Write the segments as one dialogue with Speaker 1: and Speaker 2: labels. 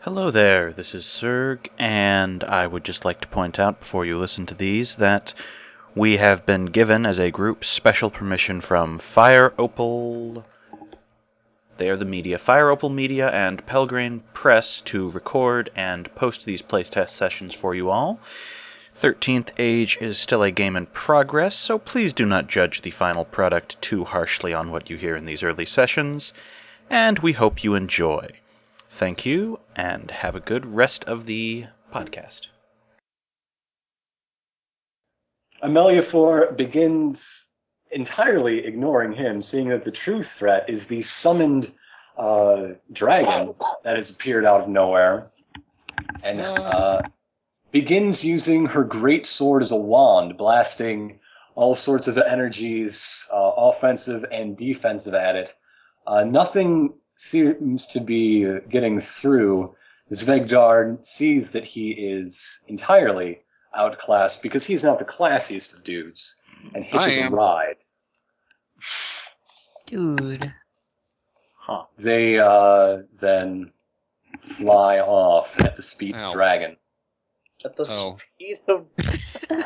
Speaker 1: Hello there, this is Serg, and I would just like to point out before you listen to these that we have been given as a group special permission from Fire Opal. They are the media, Fire Opal Media and Pelgrane Press, to record and post these playtest sessions for you all. 13th Age is still a game in progress, so please do not judge the final product too harshly on what you hear in these early sessions, and we hope you enjoy. Thank you, and have a good rest of the podcast.
Speaker 2: Ameliaphor begins entirely ignoring him, seeing that the true threat is the summoned uh, dragon that has appeared out of nowhere, and uh, begins using her great sword as a wand, blasting all sorts of energies, uh, offensive and defensive, at it. Uh, nothing seems to be getting through. Zvegdar sees that he is entirely outclassed because he's not the classiest of dudes and
Speaker 3: I
Speaker 2: hitches a
Speaker 3: am.
Speaker 2: ride.
Speaker 4: Dude.
Speaker 2: Huh. They uh, then fly off at the speed of
Speaker 3: Ow.
Speaker 2: dragon.
Speaker 5: At the
Speaker 3: Oh.
Speaker 5: speed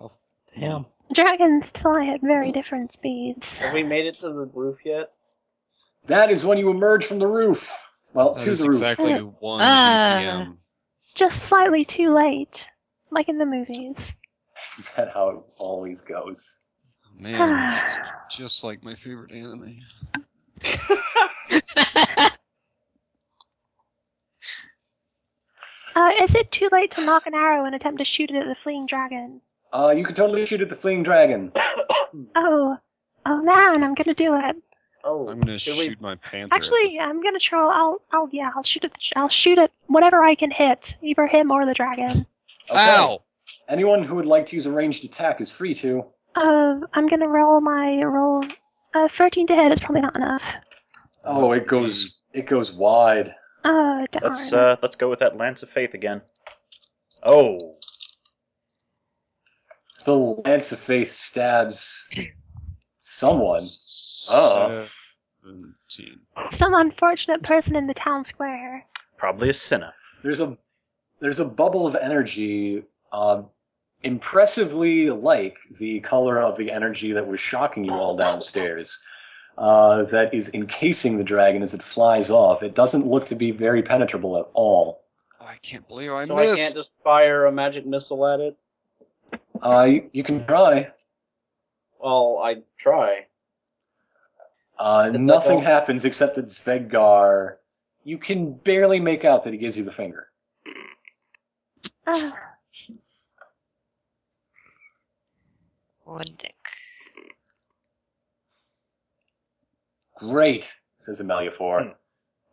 Speaker 5: of
Speaker 6: Damn.
Speaker 7: Dragons fly at very different speeds.
Speaker 5: have we made it to the roof yet?
Speaker 2: That is when you emerge from the roof. Well,
Speaker 3: That
Speaker 2: to
Speaker 3: is
Speaker 2: the roof.
Speaker 3: exactly one
Speaker 4: Ah.
Speaker 3: BPM.
Speaker 7: Just slightly too late, like in the movies.
Speaker 2: Is that how it always goes?
Speaker 8: Ah.
Speaker 3: Man, this is just like my favorite anime.
Speaker 7: Uh, is it too late to knock an arrow and attempt to shoot it at the fleeing dragon?
Speaker 2: Uh, you can totally shoot at the fleeing dragon.
Speaker 7: Oh, oh man, I'm gonna do it.
Speaker 5: Oh,
Speaker 3: I'm gonna
Speaker 5: should we-
Speaker 3: shoot my panther. at
Speaker 7: Actually,
Speaker 3: this-
Speaker 7: yeah, I'm gonna troll. I'll, I'll, yeah, I'll shoot at, the, I'll shoot at whatever I can hit, either him or the dragon.
Speaker 2: Okay.
Speaker 3: Ow!
Speaker 2: Anyone who would like to use a ranged attack is free to.
Speaker 7: Uh, I'm gonna roll my roll. Uh, 13 to hit is probably not enough.
Speaker 2: Oh, it goes
Speaker 3: Hmm.
Speaker 2: it goes wide.
Speaker 7: Oh, darn.
Speaker 1: Let's uh, let's go with that Lance of Faith again. Oh,
Speaker 2: The lance of faith stabs someone. Oh.
Speaker 3: Seventeen.
Speaker 7: Some unfortunate person in the town square.
Speaker 1: probably a Cinna.
Speaker 2: There's a there's a bubble of energy, uh, impressively like the color of the energy that was shocking you all downstairs. Uh, that is encasing the dragon as it flies off. It doesn't look to be very penetrable at all.
Speaker 3: Oh, I can't believe I
Speaker 5: so I can't
Speaker 3: missed.
Speaker 5: just fire a magic missile at it?
Speaker 2: Uh, you, you can try.
Speaker 5: Well, I try.
Speaker 2: Uh,
Speaker 5: It's
Speaker 2: nothing
Speaker 5: like a-
Speaker 2: happens except that Sveggar. You can barely make out that he gives you the finger.
Speaker 7: Oh,
Speaker 4: One dick.
Speaker 2: Great, says Amelia Four.
Speaker 1: Hmm.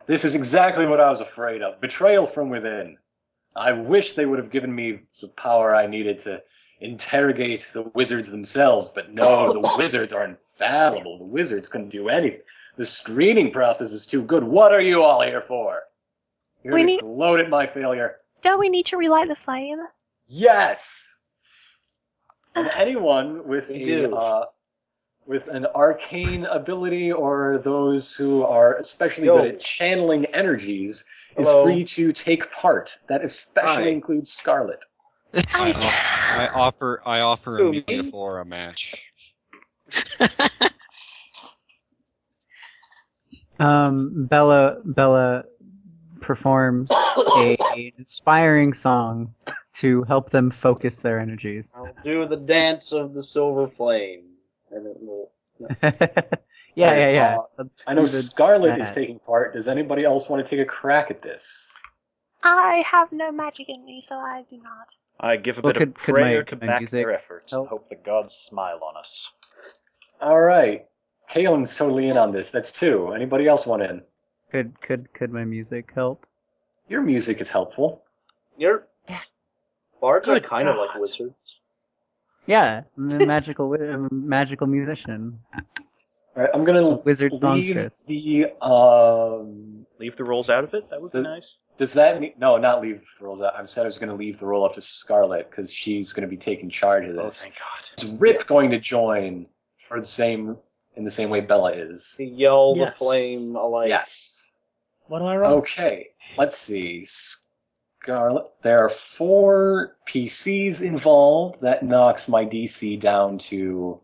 Speaker 2: This is exactly what I was afraid of betrayal from within. I wish they would have given me the power I needed to interrogate the wizards themselves, but no, the wizards are infallible. The wizards couldn't do anything. The screening process is too good. What are you all here for? Here
Speaker 7: We
Speaker 2: to
Speaker 7: need-
Speaker 2: gloat at my failure.
Speaker 7: don't we need to relight the flame?
Speaker 2: Yes. And anyone with
Speaker 5: We
Speaker 2: a
Speaker 5: do.
Speaker 2: uh, with an arcane ability, or those who are especially
Speaker 5: Yo.
Speaker 2: good at channeling energies,
Speaker 5: Hello.
Speaker 2: is free to take part. That especially
Speaker 5: Hi.
Speaker 2: includes Scarlet.
Speaker 3: I,
Speaker 7: I-
Speaker 3: off- Oh, I offer I offer
Speaker 5: Who,
Speaker 3: Amelia
Speaker 5: me?
Speaker 3: for a match.
Speaker 6: Um, Bella Bella performs a inspiring song to help them focus their energies.
Speaker 2: Oh.
Speaker 5: I'll do the dance of the silver flame, and it will.
Speaker 6: yeah, yeah, yeah. Let's
Speaker 2: I know
Speaker 6: do the-
Speaker 2: Scarlet is
Speaker 6: that.
Speaker 2: taking part. Does anybody else want to take a crack at this?
Speaker 7: I have no magic in me, so I do not.
Speaker 1: I give a
Speaker 6: Well,
Speaker 1: bit of
Speaker 6: could- could
Speaker 1: prayer
Speaker 6: my-
Speaker 1: to
Speaker 6: my
Speaker 1: back
Speaker 6: music
Speaker 1: their efforts and
Speaker 6: help?
Speaker 1: hope the gods smile on us.
Speaker 2: All right, Kaelin's totally in on this. That's two. Anybody else want in?
Speaker 6: Could could could my music help?
Speaker 2: Your music is helpful.
Speaker 5: You're. Bards are
Speaker 1: Good
Speaker 5: kind of like
Speaker 1: God.
Speaker 5: wizards.
Speaker 6: Yeah, I'm a magical wi- I'm a magical musician,
Speaker 2: All right, I'm gonna
Speaker 6: wizard
Speaker 2: leave
Speaker 6: songstress.
Speaker 2: the um,
Speaker 1: Leave the rolls out of it. That would be
Speaker 2: The-
Speaker 1: nice.
Speaker 2: Does that mean no? Not leave the rolls out. I said I was going to leave the roll up to Scarlet because she's going to be taking charge of
Speaker 1: Oh,
Speaker 2: this.
Speaker 1: thank God.
Speaker 2: Is Rip going to join for the same in the same way Bella is?
Speaker 5: To yell
Speaker 6: Yes.
Speaker 5: the flame alike.
Speaker 2: Yes.
Speaker 8: What do I roll?
Speaker 2: Okay, let's see. Scarlet. There are four PCs involved. That knocks my DC down to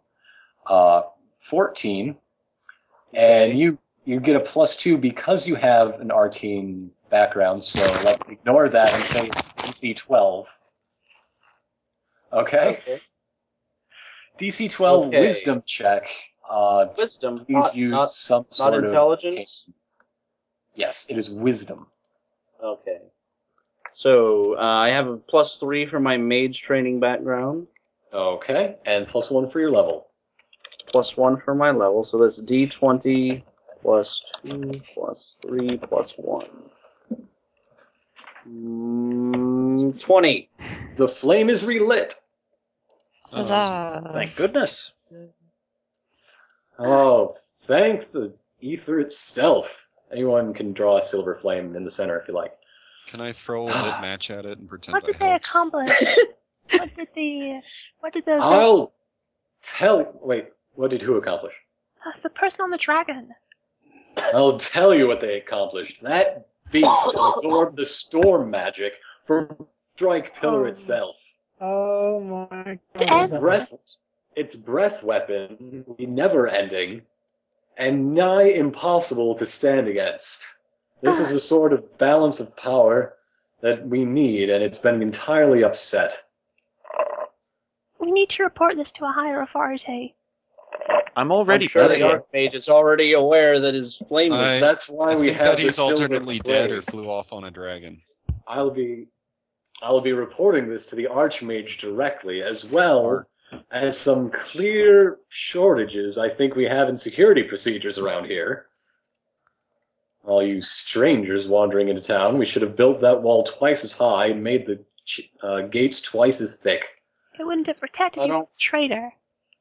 Speaker 2: uh, 14.
Speaker 5: Okay.
Speaker 2: And you you get a plus two because you have an arcane background. So let's ignore that and say it's DC 12. Okay.
Speaker 5: Okay.
Speaker 2: DC 12
Speaker 5: Okay.
Speaker 2: wisdom check. Uh,
Speaker 5: Wisdom.
Speaker 2: please
Speaker 5: Not,
Speaker 2: use
Speaker 5: not,
Speaker 2: some
Speaker 5: not
Speaker 2: sort of.
Speaker 5: intelligence.
Speaker 2: Yes, it is wisdom.
Speaker 5: Okay. So uh, I have a plus three for my mage training background,
Speaker 2: Okay, and plus one for your level.
Speaker 5: plus one for my level. So that's d20 plus two plus three plus one. Mm, Twenty.
Speaker 2: The flame is relit.
Speaker 3: Oh,
Speaker 4: Huzzah.
Speaker 1: Thank goodness.
Speaker 2: Oh, thank the ether itself. Anyone can draw a silver flame in the center if you like.
Speaker 3: Can I throw a lit match at it and pretend
Speaker 7: What
Speaker 3: I
Speaker 7: did they
Speaker 3: helped?
Speaker 7: accomplish? what did the what did the the,
Speaker 2: I'll tell. Wait, what did who accomplish?
Speaker 7: uh, the person on the dragon?
Speaker 2: I'll tell you what they accomplished. That beast absorbed the storm magic from Strike Pillar itself.
Speaker 8: Oh my
Speaker 7: And-
Speaker 2: Its
Speaker 8: god.
Speaker 2: breath, its breath weapon, the never ending, and nigh impossible to stand against. This is the sort of balance of power that we need, and it's been entirely upset.
Speaker 7: We need to report this to a higher authority.
Speaker 1: I'm already
Speaker 5: I'm sure
Speaker 1: busy.
Speaker 5: the archmage is already aware that his flame was.
Speaker 3: I-
Speaker 2: That's
Speaker 3: I
Speaker 2: why we
Speaker 3: think
Speaker 2: have
Speaker 3: that
Speaker 2: the
Speaker 3: he's
Speaker 2: silver
Speaker 3: alternately dead or
Speaker 2: plate.
Speaker 3: flew off on a dragon.
Speaker 2: I'll be I'll be reporting this to the Archmage directly, as well as some clear shortages I think we have in security procedures around here. All you strangers wandering into town, we should have built that wall twice as high and made the ch- uh, gates twice as thick.
Speaker 7: It wouldn't have protected
Speaker 5: I
Speaker 7: you,
Speaker 5: don't-
Speaker 7: traitor.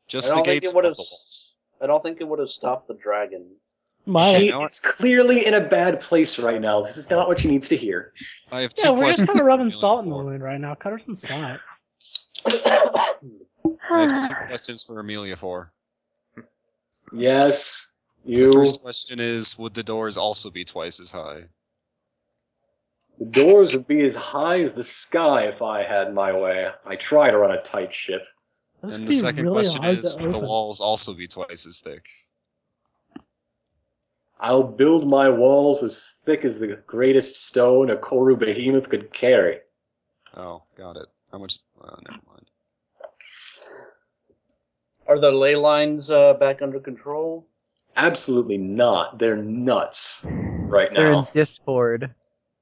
Speaker 3: Just
Speaker 5: I
Speaker 3: the
Speaker 5: don't think
Speaker 3: gates.
Speaker 5: it would've
Speaker 3: of the walls.
Speaker 5: I don't think it would have stopped the dragon.
Speaker 8: My
Speaker 2: She
Speaker 3: know
Speaker 2: is clearly in a bad place right now. This is not what she needs to hear.
Speaker 3: I have two
Speaker 8: yeah, we're
Speaker 3: questions
Speaker 8: just kind of
Speaker 3: for
Speaker 8: rubbing
Speaker 3: Amelia
Speaker 8: salt in the
Speaker 3: before-
Speaker 8: wound right now. Cut her some slack.
Speaker 3: I have two questions for Amelia for.
Speaker 2: Yes,
Speaker 3: The
Speaker 2: you.
Speaker 3: first question is Would the doors also be twice as high?
Speaker 2: The doors would be as high as the sky if I had my way. I try to run a tight ship.
Speaker 8: Those
Speaker 3: and
Speaker 8: could
Speaker 3: the
Speaker 8: be
Speaker 3: second
Speaker 8: really
Speaker 3: question
Speaker 8: hard
Speaker 3: is
Speaker 8: to
Speaker 3: Would the
Speaker 8: open.
Speaker 3: walls also be twice as thick?
Speaker 2: I'll build my walls as thick as the greatest stone a Koru behemoth could carry.
Speaker 3: Oh, got it. How much? Uh, never mind.
Speaker 5: Are the ley lines uh, back under control?
Speaker 2: Absolutely not. They're nuts right
Speaker 6: They're in
Speaker 2: now.
Speaker 6: discord.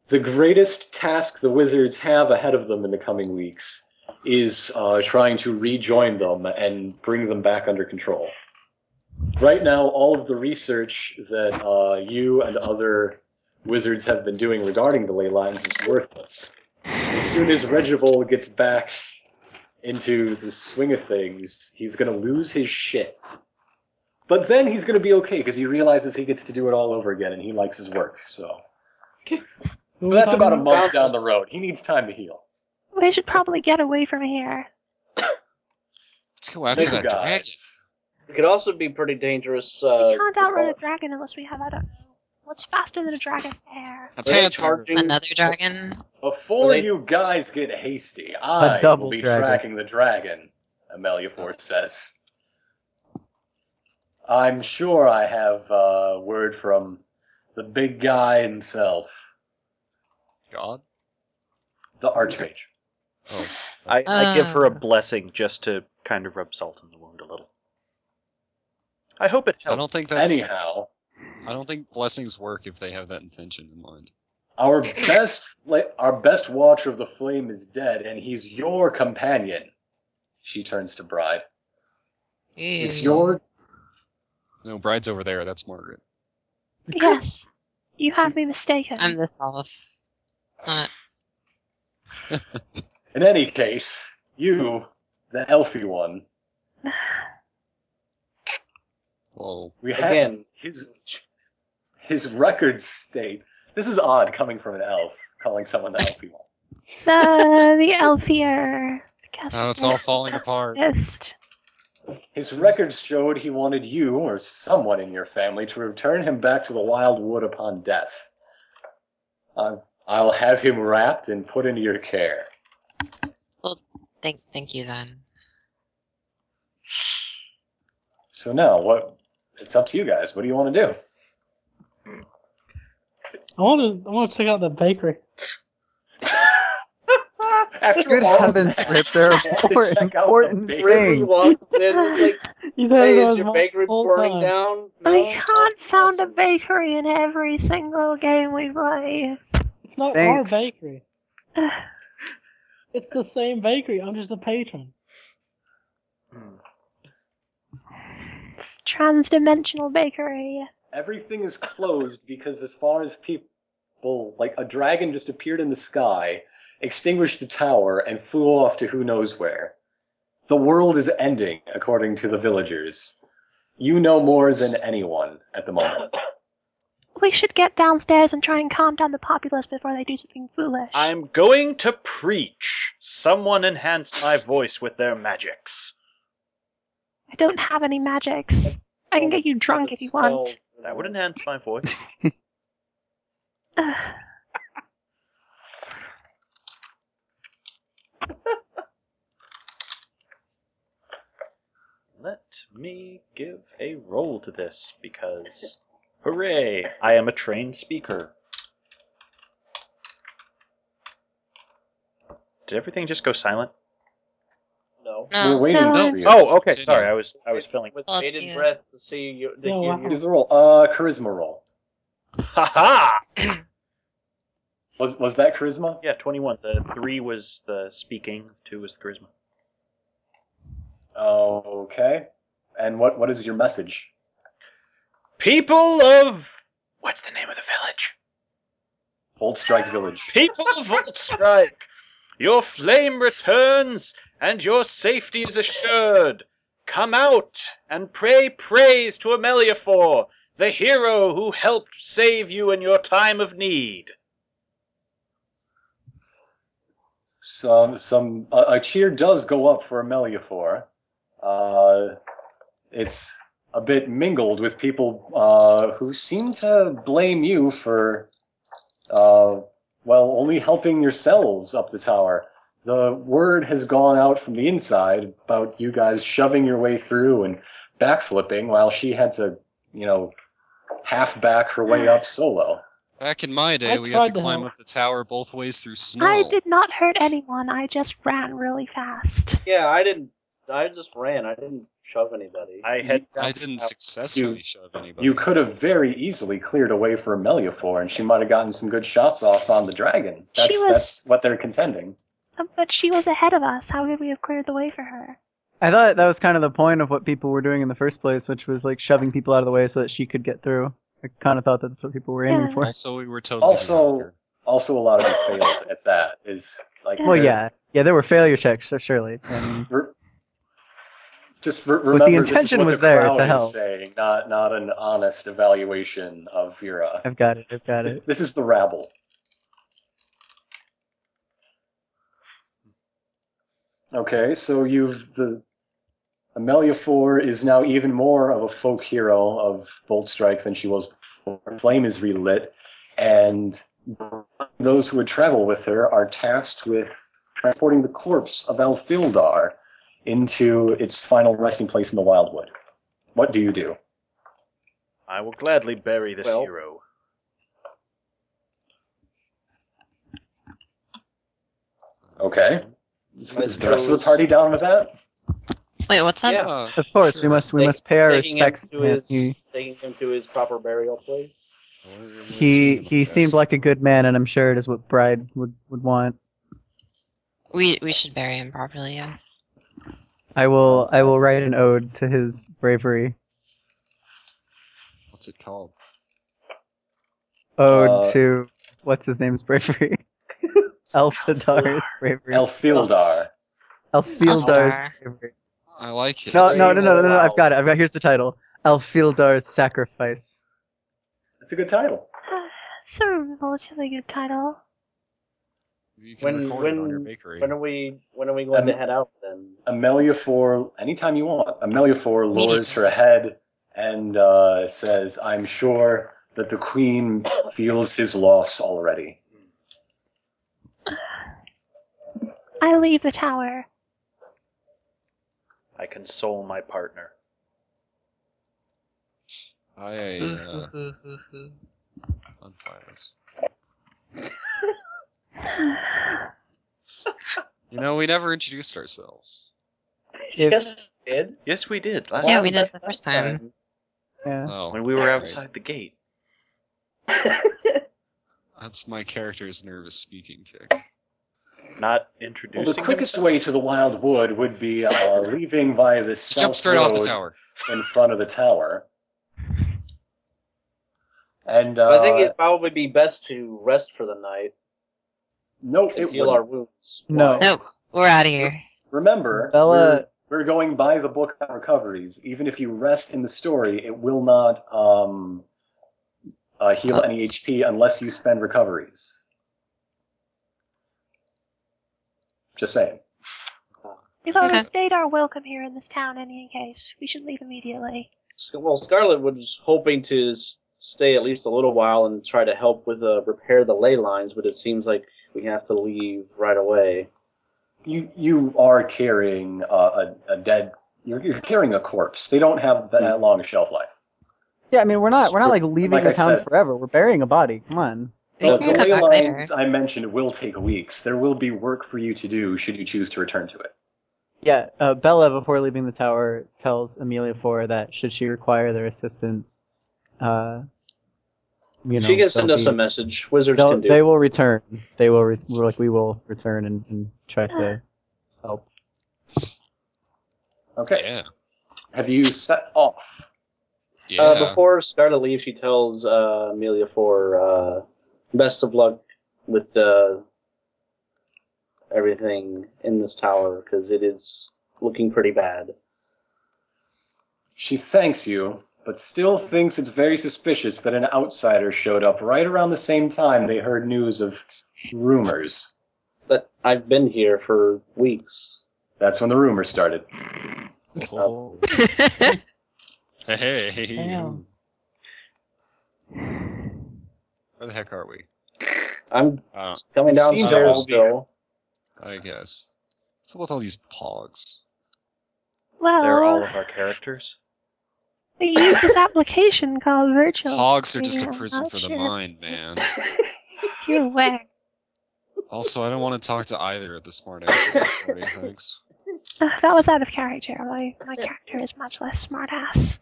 Speaker 2: The greatest task the wizards have ahead of them in the coming weeks is uh, trying to rejoin them and bring them back under control. Right now, all of the research that uh, you and other wizards have been doing regarding the ley lines is worthless. As soon as Regival gets back into the swing of things, he's going to lose his shit. But then he's going to be okay because he realizes he gets to do it all over again and he likes his work. So
Speaker 8: Who
Speaker 2: but
Speaker 8: we
Speaker 2: that's
Speaker 8: talking
Speaker 2: about a month down the road. He needs time to heal.
Speaker 7: We should probably get away from here.
Speaker 3: Let's go after
Speaker 2: Thank
Speaker 3: that
Speaker 2: you,
Speaker 3: dragon.
Speaker 2: guys.
Speaker 5: It could also be pretty dangerous. Uh,
Speaker 7: we can't
Speaker 5: for-
Speaker 7: outrun a dragon unless we have I don't know what's faster than a dragon air.
Speaker 3: A
Speaker 5: Are they
Speaker 3: panther.
Speaker 5: charging?
Speaker 4: Another dragon?
Speaker 2: Before
Speaker 5: They-
Speaker 2: you guys get hasty, I
Speaker 6: double
Speaker 2: will be
Speaker 6: dragon.
Speaker 2: tracking the dragon, Amelia Force says. I'm sure I have uh, word from the big guy himself,
Speaker 3: God?
Speaker 2: the Archmage.
Speaker 3: Oh.
Speaker 1: I, I give her a
Speaker 4: Uh.
Speaker 1: blessing just to kind of rub salt in the wound a little. I hope it
Speaker 3: I
Speaker 1: helps.
Speaker 3: don't think that's.
Speaker 2: Anyhow,
Speaker 3: I don't think blessings work if they have that intention in mind.
Speaker 2: our best fla- our best watcher of the flame is dead, and he's your companion. She turns to Bride. It's
Speaker 4: Ew.
Speaker 2: your
Speaker 3: No, Bride's over there. That's Margaret.
Speaker 7: Yes, you have
Speaker 5: Mm.
Speaker 7: me mistaken.
Speaker 4: I'm the self. Not
Speaker 2: In any case, you, the elfy one,
Speaker 3: Whoa.
Speaker 2: we have
Speaker 5: Again,
Speaker 2: his his records state. This is odd coming from an elf calling someone the elfy one.
Speaker 7: the the Elfier.
Speaker 3: Oh, it's all falling apart.
Speaker 7: Fist.
Speaker 2: His records showed he wanted you or someone in your family to return him back to the wild wood upon death. Uh, I'll have him wrapped and put into your care.
Speaker 4: Thank, thank you then.
Speaker 2: So now, what? It's up to you guys. What do you want to do?
Speaker 8: I want to. I want to check out the bakery.
Speaker 2: After
Speaker 6: Good
Speaker 2: all
Speaker 6: heavens,
Speaker 2: that,
Speaker 6: Rip! There are
Speaker 2: I had to
Speaker 6: more
Speaker 2: check out that
Speaker 6: important
Speaker 2: bakery.
Speaker 5: Rip
Speaker 6: things.
Speaker 5: walks in, he's like,
Speaker 8: He's had
Speaker 5: "Hey,
Speaker 8: it on
Speaker 5: is
Speaker 8: his
Speaker 5: your
Speaker 8: mouth
Speaker 5: bakery
Speaker 8: the whole
Speaker 5: burning
Speaker 8: time.
Speaker 5: down?"
Speaker 7: We
Speaker 5: No?
Speaker 7: can't found a
Speaker 5: Awesome.
Speaker 7: bakery in every single game we play.
Speaker 8: It's not
Speaker 6: Thanks.
Speaker 8: our bakery. It's the same bakery. I'm just a patron.
Speaker 2: hmm.
Speaker 7: It's transdimensional bakery.
Speaker 2: Everything is closed because, as far as people, like a dragon just appeared in the sky, extinguished the tower, and flew off to who knows where. The world is ending, according to the villagers. You know more than anyone at the moment.
Speaker 7: We should get downstairs and try and calm down the populace before they do something foolish.
Speaker 1: I'm going to preach. Someone enhance my voice with their magics.
Speaker 7: I don't have any magics. I can get
Speaker 5: Oh,
Speaker 7: you drunk if you want.
Speaker 1: That would enhance my voice.
Speaker 7: Ugh.
Speaker 1: Let me give a roll to this because, hooray, I am a trained speaker. Did everything just go silent?
Speaker 5: No.
Speaker 2: We're
Speaker 4: No.
Speaker 2: waiting
Speaker 7: No,
Speaker 2: for you.
Speaker 1: Oh,
Speaker 3: Let's
Speaker 1: okay.
Speaker 3: continue.
Speaker 1: Sorry, I was I was filling.
Speaker 5: with
Speaker 4: Fuck
Speaker 5: bated
Speaker 4: you.
Speaker 5: breath to see you. That
Speaker 8: No,
Speaker 5: you,
Speaker 8: wow.
Speaker 2: Do the roll. Uh, charisma roll.
Speaker 1: Ha ha!
Speaker 2: Was was that charisma?
Speaker 1: Yeah, twenty-one. The three was the speaking. Two was the charisma.
Speaker 2: Okay. And what what is your message?
Speaker 1: People of what's the name of the village?
Speaker 2: Bolt Strike Village.
Speaker 1: People of Voltstrike, your flame returns and your safety is assured. Come out and pray praise to Ameliaphor, the hero who helped save you in your time of need.
Speaker 2: Some some a, a cheer does go up for Ameliaphor. Uh, it's a bit mingled with people uh, who seem to blame you for uh, well only helping yourselves up the tower. The word has gone out from the inside about you guys shoving your way through and backflipping while she had to, you know, half back her way up solo.
Speaker 3: Back in my day,
Speaker 8: I
Speaker 3: we had to
Speaker 8: tried to
Speaker 3: climb
Speaker 8: help.
Speaker 3: up the tower both ways through snow.
Speaker 7: I did not hurt anyone. I just ran really fast.
Speaker 5: Yeah, I didn't. I just ran. I didn't shove anybody.
Speaker 1: I had
Speaker 3: I didn't successfully
Speaker 2: You-
Speaker 3: shove anybody.
Speaker 2: You could have very easily cleared a way for Ameliaphor, and she might have gotten some good shots off on the dragon. That's,
Speaker 7: She was-
Speaker 2: that's what they're contending.
Speaker 7: Uh, But she was ahead of us. How could we have cleared the way for her?
Speaker 6: I thought that was kind of the point of what people were doing in the first place, which was like shoving people out of the way so that she could get through. I kind of thought that's what people were aiming
Speaker 7: Yeah.
Speaker 6: for.
Speaker 3: also, we were totally
Speaker 2: Also-
Speaker 3: younger.
Speaker 2: Also, a lot of it failed at that. Is like
Speaker 6: Well,
Speaker 2: they're-
Speaker 6: yeah, yeah, there were failure checks, so surely. I mean,
Speaker 2: re- just re-
Speaker 6: the
Speaker 2: remember, this is
Speaker 6: intention
Speaker 2: what the
Speaker 6: was there
Speaker 2: crowd
Speaker 6: to
Speaker 2: is
Speaker 6: help.
Speaker 2: Saying not not an honest evaluation of your. Uh,
Speaker 6: I've got it. I've got it.
Speaker 2: This is the rabble. Okay, so you've the Amelia Four is now even more of a folk hero of Bolt Strike than she was before. Her flame is relit, and those who would travel with her are tasked with transporting the corpse of Alfildar into its final resting place in the Wildwood. What do you do?
Speaker 1: I will gladly bury this
Speaker 5: Well-
Speaker 1: hero.
Speaker 2: Okay. Is the
Speaker 5: I
Speaker 2: rest of the
Speaker 5: suppose-
Speaker 2: party down with that?
Speaker 4: Wait, what's that?
Speaker 5: Yeah,
Speaker 3: Uh,
Speaker 6: Of course, we
Speaker 3: sure.
Speaker 6: must we
Speaker 5: Take-
Speaker 6: must pay our
Speaker 5: taking him
Speaker 6: respects.
Speaker 5: to
Speaker 6: man.
Speaker 5: his
Speaker 6: He
Speaker 5: taking him to his proper burial place.
Speaker 3: We're- we're
Speaker 6: he,
Speaker 3: team, I
Speaker 6: he
Speaker 3: guess.
Speaker 6: seemed like a good man, and I'm sure it is what Bride would would want.
Speaker 4: We we should bury him properly. Yes.
Speaker 6: I will I will write an ode to his bravery.
Speaker 3: What's it called?
Speaker 6: Ode
Speaker 2: Uh,
Speaker 6: to what's his name's bravery. Elfidar's bravery.
Speaker 2: Elfildar.
Speaker 6: Elfildar's
Speaker 4: Elfildar.
Speaker 6: bravery.
Speaker 3: I like it.
Speaker 6: No,
Speaker 5: Bravery
Speaker 6: no, no, no, no, no,
Speaker 5: will
Speaker 6: I've got it. I've got. Here's the title: Elfildar's sacrifice.
Speaker 2: That's a good title.
Speaker 7: It's a relatively good title.
Speaker 3: You can
Speaker 5: When-
Speaker 3: record it on your
Speaker 5: when-
Speaker 3: bakery.
Speaker 5: When are we? When are we going
Speaker 2: Um,
Speaker 5: to head out then?
Speaker 2: Amelia Four, anytime you want. Amelia Four lowers her head and uh, says, I'm sure that the queen feels his loss already.
Speaker 7: I leave the tower.
Speaker 1: I console my partner.
Speaker 3: I uh, I'm fine. It's- You know, we never introduced ourselves.
Speaker 9: yes, we did.
Speaker 1: Yes, we did. Last
Speaker 4: Yeah,
Speaker 1: time
Speaker 4: we did the first time.
Speaker 6: Yeah.
Speaker 3: Oh,
Speaker 1: when we were
Speaker 3: right.
Speaker 1: outside the gate.
Speaker 3: That's my character's nervous speaking tick.
Speaker 1: Not
Speaker 2: Well,
Speaker 1: introducing
Speaker 2: the quickest way to the wild wood would be uh, leaving via the south
Speaker 3: Jump straight off the
Speaker 2: road
Speaker 3: tower.
Speaker 2: in front of the tower. And uh,
Speaker 5: I think it'd probably be best to rest for the night
Speaker 2: no,
Speaker 5: and
Speaker 2: it
Speaker 5: heal our
Speaker 2: will.
Speaker 5: wounds.
Speaker 6: No.
Speaker 4: No, we're out of here.
Speaker 2: Remember,
Speaker 6: Bella-
Speaker 2: we're, we're going by the book on recoveries. Even if you rest in the story, it will not um, uh, heal any HP unless you spend recoveries. Just saying.
Speaker 7: We've already
Speaker 4: Okay.
Speaker 7: stayed our welcome here in this town, in any case. We should leave immediately.
Speaker 5: S- Well, Scarlet was hoping to s- stay at least a little while and try to help with uh, repair the ley lines, but it seems like we have to leave right away.
Speaker 2: You you are carrying uh, a, a dead. You're, you're carrying a corpse. They don't have that long a shelf life.
Speaker 6: Yeah, I mean we're not we're not like leaving
Speaker 2: Like
Speaker 6: the
Speaker 2: I
Speaker 6: town
Speaker 2: said-
Speaker 6: forever. We're burying a body. Come on.
Speaker 4: We
Speaker 2: Look,
Speaker 4: can
Speaker 2: the
Speaker 4: come
Speaker 2: ley
Speaker 4: back later.
Speaker 2: lines I mentioned will take weeks. There will be work for you to do should you choose to return to it.
Speaker 6: Yeah, uh, Bella, before leaving the tower, tells Amelia Four that should she require their assistance, uh, you know,
Speaker 5: she can send
Speaker 6: they'll
Speaker 5: us
Speaker 6: be-
Speaker 5: a message. Wizards
Speaker 6: they'll-
Speaker 5: can do.
Speaker 6: They will return. They will re- we're like we will return and, and try to help.
Speaker 2: Okay.
Speaker 3: Yeah.
Speaker 2: Have you set off?
Speaker 3: Yeah.
Speaker 5: uh, before Scarlet leaves, she tells uh, Amelia for uh, best of luck with uh, everything in this tower because it is looking pretty bad.
Speaker 2: She thanks you, but still
Speaker 4: Mm.
Speaker 2: thinks it's very suspicious that an outsider showed up right around the same time they heard news of rumors.
Speaker 5: But I've been here for weeks.
Speaker 2: That's when the rumors started.
Speaker 3: Oh. hey.
Speaker 8: Damn.
Speaker 3: Where the heck are we?
Speaker 5: I'm
Speaker 3: Uh,
Speaker 5: coming
Speaker 2: You seem to
Speaker 5: downstairs
Speaker 2: all be-
Speaker 5: still.
Speaker 3: I guess. So with all these pogs.
Speaker 1: They're all
Speaker 7: Well,
Speaker 1: of our characters.
Speaker 7: we use this application called Virtual.
Speaker 3: Pogs are just
Speaker 7: Yeah,
Speaker 3: a prison
Speaker 7: not
Speaker 3: for the
Speaker 7: sure.
Speaker 3: mind, man.
Speaker 7: You're aware.
Speaker 3: Also, I don't want to talk to either of the smart asses. Sorry, thanks.
Speaker 7: Uh, that was out of character. My, my character is much less smartass.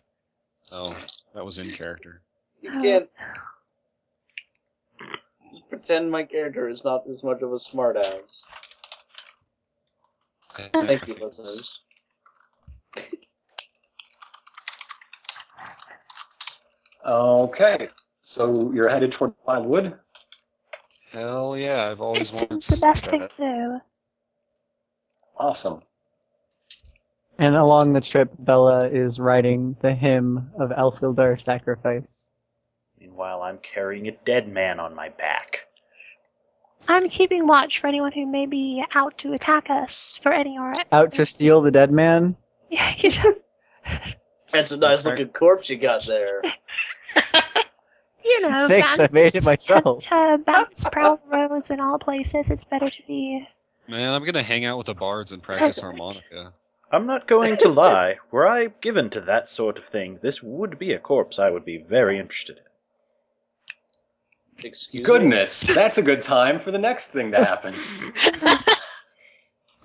Speaker 3: Oh, that was in character.
Speaker 5: You
Speaker 7: Oh.
Speaker 5: can't just pretend my character is not as much of a smartass.
Speaker 3: I think- I
Speaker 5: Thank you,
Speaker 3: think it's-
Speaker 5: listeners.
Speaker 2: Okay, so you're headed toward Wildwood.
Speaker 3: Hell yeah, I've
Speaker 7: It
Speaker 3: always wanted
Speaker 7: seems
Speaker 3: to
Speaker 7: the best
Speaker 3: see
Speaker 7: thing to
Speaker 3: that.
Speaker 7: do.
Speaker 2: Awesome.
Speaker 6: And along the trip, Bella is writing the hymn of Elfildar sacrifice.
Speaker 1: Meanwhile, I'm carrying a dead man on my back.
Speaker 7: I'm keeping watch for anyone who may be out to attack us for any or
Speaker 6: Out to steal the dead man.
Speaker 7: Yeah, you know,
Speaker 5: That's a nice
Speaker 1: Okay.
Speaker 5: looking corpse you got there.
Speaker 7: you know
Speaker 6: Thanks, I made it
Speaker 7: bandits
Speaker 6: myself.
Speaker 7: tempt to bounce proud roads in all places. It's better to be.
Speaker 3: Man, I'm gonna hang out with the bards and practice harmonica.
Speaker 1: I'm not going to lie. Were I given to that sort of thing, this would be a corpse I would be very interested in.
Speaker 5: Excuse me.
Speaker 2: Goodness, that's a good time for the next thing to happen.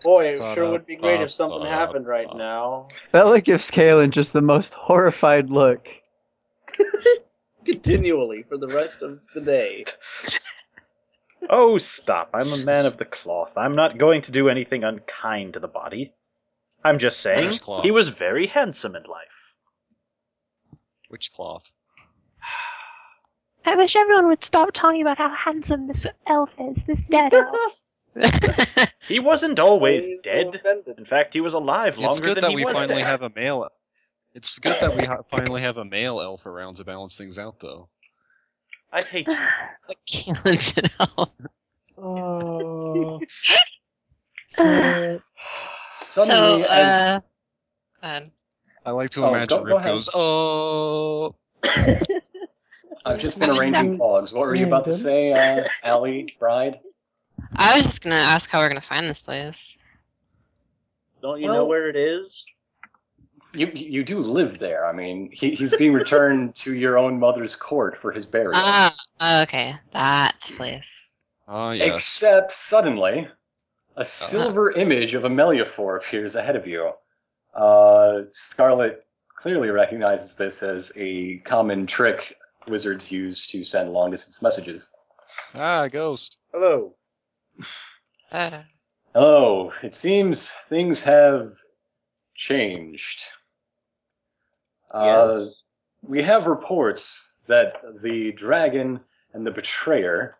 Speaker 5: Boy, it sure would be great if something happened right now.
Speaker 6: Bella gives Kalen just the most horrified look.
Speaker 5: Continually for the rest of the day.
Speaker 1: Oh, stop. I'm a man of the cloth. I'm not going to do anything unkind to the body. I'm just saying,
Speaker 3: There's cloth.
Speaker 1: he was very handsome in life.
Speaker 3: Which cloth?
Speaker 7: I wish everyone would stop talking about how handsome this elf is. This dead elf.
Speaker 1: He wasn't always
Speaker 5: He's so
Speaker 1: dead.
Speaker 5: offended.
Speaker 1: In fact, he was alive longer
Speaker 3: It's good
Speaker 1: than
Speaker 3: that
Speaker 1: he
Speaker 3: we
Speaker 1: was
Speaker 3: finally
Speaker 1: dead.
Speaker 3: have a male. e-, It's good that we ha- finally have a male elf around to balance things out, though.
Speaker 1: I hate you.
Speaker 4: But Caelan's an elf.
Speaker 8: Oh.
Speaker 2: Suddenly,
Speaker 4: so,
Speaker 2: as
Speaker 4: uh, fun.
Speaker 3: I like to
Speaker 2: Oh, go-
Speaker 3: imagine
Speaker 2: go
Speaker 3: Rip
Speaker 2: ahead.
Speaker 3: goes, "Oh,
Speaker 2: I've just been arranging pogs. What were you about to say, uh, Allie, Bride?
Speaker 4: I was just gonna ask how we're gonna find this place.
Speaker 5: Don't you know
Speaker 2: Well-
Speaker 5: where it is?
Speaker 2: You you do live there. I mean, he, he's being returned to your own mother's court for his burial.
Speaker 4: Ah, okay, that place.
Speaker 3: Ah, yes.
Speaker 2: Except suddenly, a silver image of Ameliaphor appears ahead of you. Uh, Scarlet clearly recognizes this as a common trick wizards use to send long distance messages.
Speaker 3: ah, ghost.
Speaker 5: Hello.
Speaker 4: Uh,
Speaker 2: Oh, it seems things have changed. Uh,
Speaker 5: yes.
Speaker 2: we have reports that the dragon and the betrayer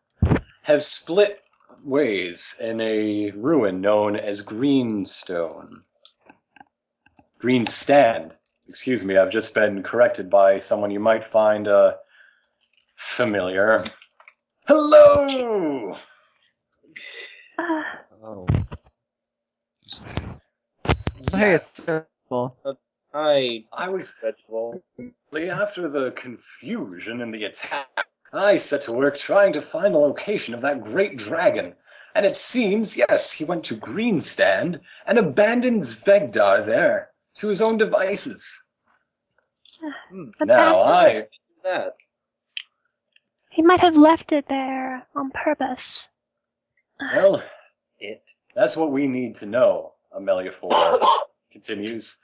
Speaker 2: have split ways in a ruin known as Greenstone. Greenstand. Excuse me, I've just been corrected by someone you might find uh, familiar. Hello!
Speaker 7: Uh,
Speaker 3: Oh. Who's that?
Speaker 6: Hey,
Speaker 2: Yes.
Speaker 6: it's well,
Speaker 5: Hi,
Speaker 2: I was
Speaker 5: vegetable.
Speaker 2: After the confusion and the attack, I set to work trying to find the location of that great dragon. And it seems, yes, he went to Greenstand and abandoned Zvegdar there to his own devices. Now I.
Speaker 5: That.
Speaker 7: He might have left it there on purpose.
Speaker 2: Well,
Speaker 9: It.
Speaker 2: that's what we need to know, Amelia Ford continues.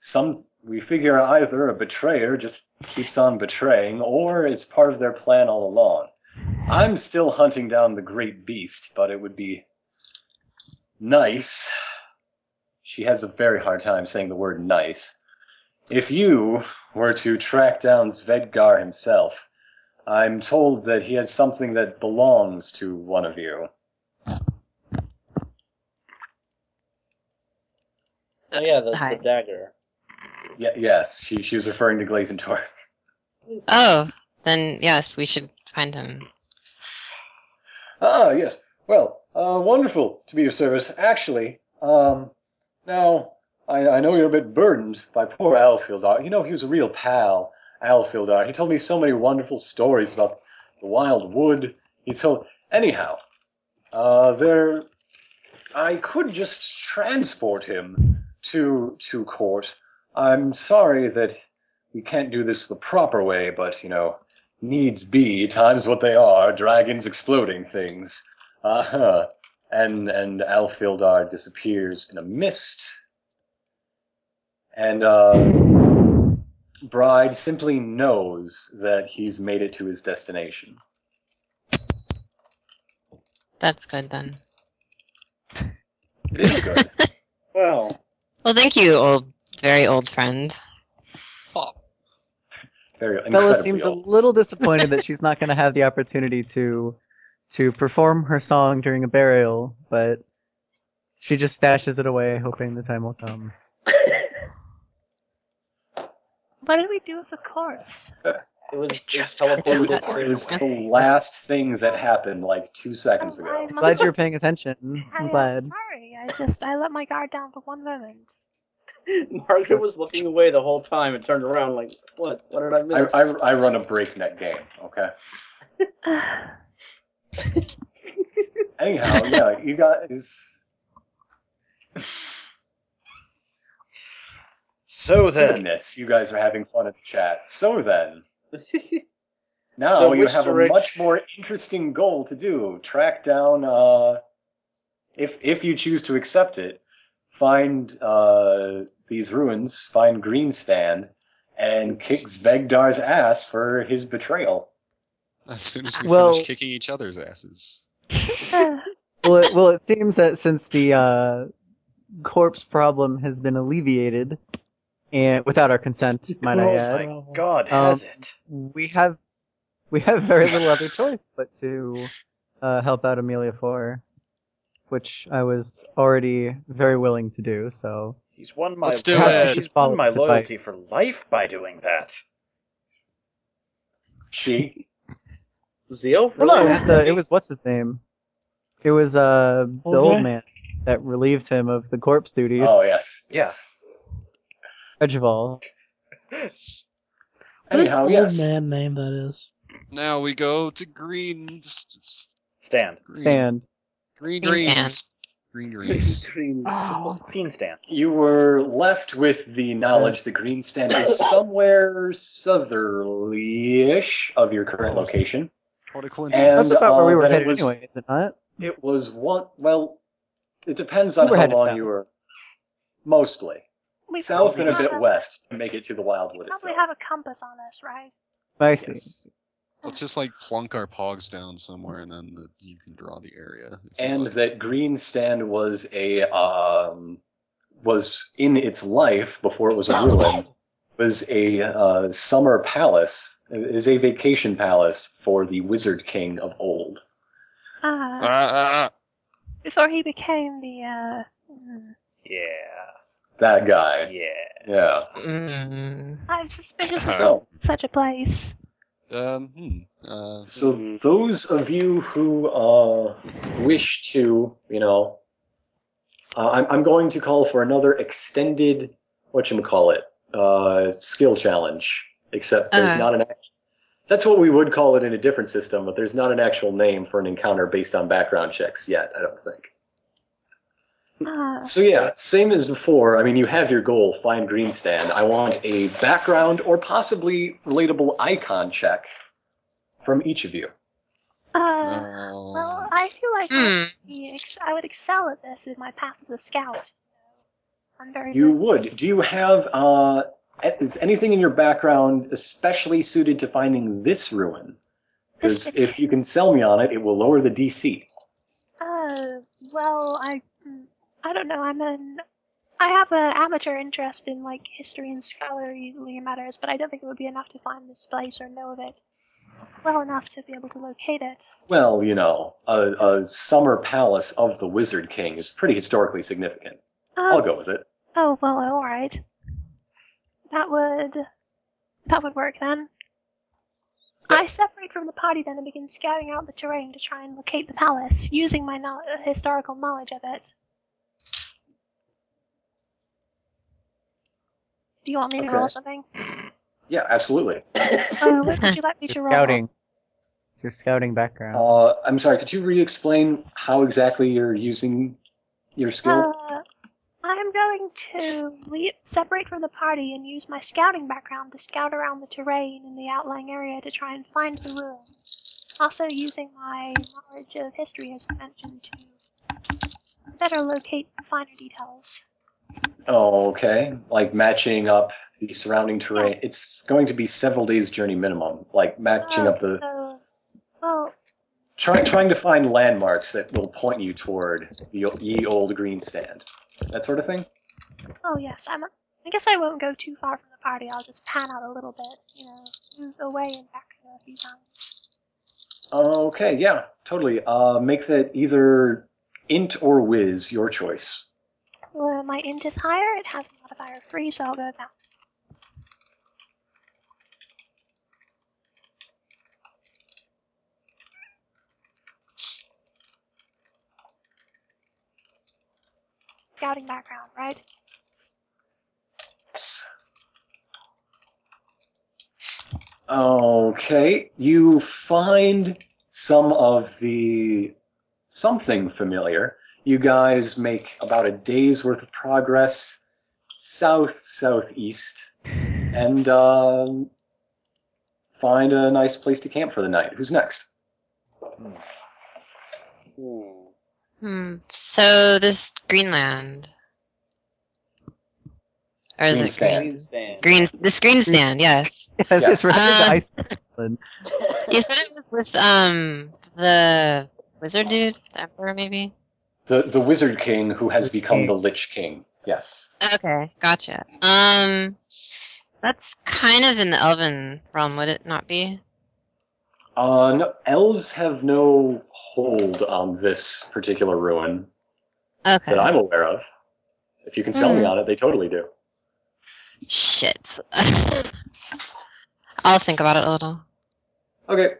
Speaker 2: Some. We figure either a betrayer just keeps on betraying, or it's part of their plan all along. I'm still hunting down the great beast, but it would be nice. She has a very hard time saying the word nice. If you were to track down Svedgar himself, I'm told that he has something that belongs to one of you.
Speaker 5: Oh, yeah, the,
Speaker 4: Hi.
Speaker 5: the dagger.
Speaker 2: Y- yes, she, she was referring to Glazentor.
Speaker 4: oh, then yes, we should find him.
Speaker 2: Ah, yes. Well, uh, wonderful to be of service. Actually, um, now I, I know you're a bit burdened by poor Alfildar. You know, he was a real pal, Alfildar. He told me so many wonderful stories about the wild wood. He told. Anyhow, uh, there. I could just transport him to to court. I'm sorry that we can't do this the proper way, but you know needs be times what they are dragons exploding things uh-huh and and alfildar disappears in a mist and uh bride simply knows that he's made it to his destination
Speaker 4: That's good then.
Speaker 2: it is good
Speaker 5: Well,
Speaker 4: Well, thank you, old, very old friend.
Speaker 2: very
Speaker 6: Bella
Speaker 2: incredibly
Speaker 6: seems
Speaker 2: old.
Speaker 6: a little disappointed that she's not going to have the opportunity to to perform her song during a burial, but she just stashes it away, hoping the time will come.
Speaker 7: What did we do with the chorus?
Speaker 5: it was
Speaker 9: It just
Speaker 4: It's
Speaker 5: teleported.
Speaker 4: got-
Speaker 5: to-
Speaker 2: it was the last thing that happened like two seconds ago
Speaker 7: I'm
Speaker 6: Glad you're paying attention. I'm glad.
Speaker 7: sorry. I just I let my guard down for one moment.
Speaker 5: Margaret was looking away the whole time and turned around like, what? What did Oh, I
Speaker 2: I,
Speaker 5: miss?
Speaker 2: I, I run a breakneck game okay anyhow yeah you guys
Speaker 9: So then,
Speaker 2: Goodness, you guys are having fun at the chat. So then, now
Speaker 5: So
Speaker 2: you
Speaker 5: which
Speaker 2: have
Speaker 5: direct-
Speaker 2: a much more interesting goal to do. Track down, uh, if if you choose to accept it, find uh, these ruins, find Greenstand, and kick Zvegdar's ass for his betrayal.
Speaker 3: As soon as we
Speaker 6: Well-
Speaker 3: finish kicking each other's asses.
Speaker 6: Well, it, well, it seems that since the uh, corpse problem has been alleviated, and without our consent, might I
Speaker 9: oh
Speaker 6: add,
Speaker 9: my God,
Speaker 6: Um,
Speaker 9: has it?
Speaker 6: we have we have very little other choice but to uh, help out Amelia for, which I was already very willing to do. So
Speaker 9: He's won my
Speaker 3: Let's do it.
Speaker 9: he's
Speaker 6: Follow
Speaker 9: won my
Speaker 6: his
Speaker 9: loyalty
Speaker 6: advice.
Speaker 9: for life by doing that.
Speaker 2: She
Speaker 5: was the elf
Speaker 6: well, no, it
Speaker 5: really
Speaker 6: was the it was what's his name? It was uh the
Speaker 9: Old
Speaker 6: old
Speaker 9: guy?
Speaker 6: man that relieved him of the corpse duties.
Speaker 2: Oh yes.
Speaker 9: Yes.
Speaker 6: Regival.
Speaker 8: What an
Speaker 2: Anyhow,
Speaker 8: old
Speaker 2: yes.
Speaker 8: man name that is.
Speaker 3: Now we go to green. s- s-
Speaker 9: Stand.
Speaker 3: green.
Speaker 6: Stand.
Speaker 3: Green
Speaker 4: Green
Speaker 3: greens. Green greens.
Speaker 5: Green-
Speaker 8: Oh.
Speaker 9: Green stand.
Speaker 2: You were left with the knowledge the green stand is somewhere southerly-ish of your current location.
Speaker 3: What a coincidence.
Speaker 6: That's
Speaker 2: And,
Speaker 6: about
Speaker 2: uh,
Speaker 6: where we were
Speaker 2: that it
Speaker 6: headed
Speaker 2: was-
Speaker 6: anyway, is it not?
Speaker 2: It was one. Well, it depends on
Speaker 6: We were
Speaker 2: how
Speaker 6: headed
Speaker 2: long
Speaker 6: south.
Speaker 2: you were. Mostly
Speaker 7: We
Speaker 2: south and a
Speaker 7: probably
Speaker 2: bit
Speaker 7: have-
Speaker 2: west to make it to the wildwood
Speaker 7: Probably
Speaker 2: itself.
Speaker 7: have a compass on us, right?
Speaker 6: I see.
Speaker 2: Yes.
Speaker 3: Let's just like plunk our pogs down somewhere, and then the, you can draw the area. if you
Speaker 2: And
Speaker 3: like.
Speaker 2: that green stand was a um, was in its life before it was a ruin was a uh, summer palace. It is a vacation palace for the wizard king of old.
Speaker 7: Uh,
Speaker 3: Ah, ah,
Speaker 7: before he became the uh mm.
Speaker 9: Yeah.
Speaker 2: That guy.
Speaker 9: Yeah.
Speaker 2: Yeah.
Speaker 4: Mm.
Speaker 7: I'm suspicious
Speaker 2: So-
Speaker 7: of such a place.
Speaker 3: ah. Um, hmm. Uh,
Speaker 2: So those of you who uh, wish to, you know, uh, I'm, I'm going to call for another extended what you call it uh, skill challenge. Except there's
Speaker 4: Okay.
Speaker 2: not an. act- That's what we would call it in a different system, but there's not an actual name for an encounter based on background checks yet. I don't think.
Speaker 7: Uh,
Speaker 2: So yeah, same as before. I mean, you have your goal, find green stand. I want a background or possibly relatable icon check from each of you.
Speaker 7: uh, well,
Speaker 3: um,
Speaker 7: I feel like I'd
Speaker 4: Hmm.
Speaker 7: be ex- I would excel at this with my past as a scout. I'm very
Speaker 2: You
Speaker 7: good.
Speaker 2: would. Do you have uh is anything in your background especially suited to finding this ruin? Because
Speaker 7: This-
Speaker 2: if you can sell me on it, it will lower the DC.
Speaker 7: Uh, well, I mm, I don't know. I'm an I have an amateur interest in like history and scholarly matters, but I don't think it would be enough to find this place or know of it well enough to be able to locate it.
Speaker 2: Well, you know, a, a summer palace of the Wizard King is pretty historically significant. I'll
Speaker 7: Um,
Speaker 2: go with it.
Speaker 7: Oh well, all right. That would that would work then. I separate from the party then and begin scouting out the terrain to try and locate the palace, using my no- uh, historical knowledge of it. Do you want me to roll
Speaker 2: Okay.
Speaker 7: something?
Speaker 2: Yeah, absolutely.
Speaker 7: Uh, what would you like me to
Speaker 6: Your
Speaker 7: roll?
Speaker 6: scouting. It's your scouting background.
Speaker 2: Uh, I'm sorry, could you re explain how exactly you're using your skill?
Speaker 7: Uh, I'm going to le- separate from the party and use my scouting background to scout around the terrain in the outlying area to try and find the room. Also, using my knowledge of history, as I mentioned, to better locate finer details.
Speaker 2: Oh, okay. Like matching up the surrounding
Speaker 7: Oh.
Speaker 2: terrain. It's going to be several days' journey minimum. Like matching up the
Speaker 7: Oh, So, well,
Speaker 2: try, trying to find landmarks that will point you toward the o- ye old green stand, that sort of thing.
Speaker 7: oh yes, I'm. I guess I won't go too far from the party. I'll just pan out a little bit, you know, move away and back a few times.
Speaker 2: Okay, yeah, totally. Uh, make that either int or whiz, your choice.
Speaker 7: Well, my int is higher. It has a modifier of three, so I'll go with that. Scouting background, right?
Speaker 2: Okay, you find some of the something familiar. You guys make about a day's worth of progress south southeast, and um, find a nice place to camp for the night. Who's next?
Speaker 5: Hmm.
Speaker 4: Hmm. So this Greenland, or is
Speaker 2: Green
Speaker 4: it
Speaker 2: stand.
Speaker 5: Green
Speaker 4: green?
Speaker 5: stand.
Speaker 4: Green. This green stand. Yes.
Speaker 6: Yes,
Speaker 2: yeah.
Speaker 6: it's related
Speaker 4: Uh,
Speaker 6: to ice.
Speaker 4: You said it was with um the wizard dude, the emperor maybe.
Speaker 2: The the Wizard King, who has
Speaker 6: Wizard
Speaker 2: become
Speaker 6: King.
Speaker 2: the Lich King. Yes.
Speaker 4: Okay, gotcha. Um, that's kind of in the elven realm, would it not be?
Speaker 2: Uh, no, elves have no hold on this particular ruin
Speaker 4: Okay.
Speaker 2: that I'm aware of. If you can sell me
Speaker 4: Hmm.
Speaker 2: on it, they totally do.
Speaker 4: Shit. I'll think about it a little.
Speaker 2: Okay.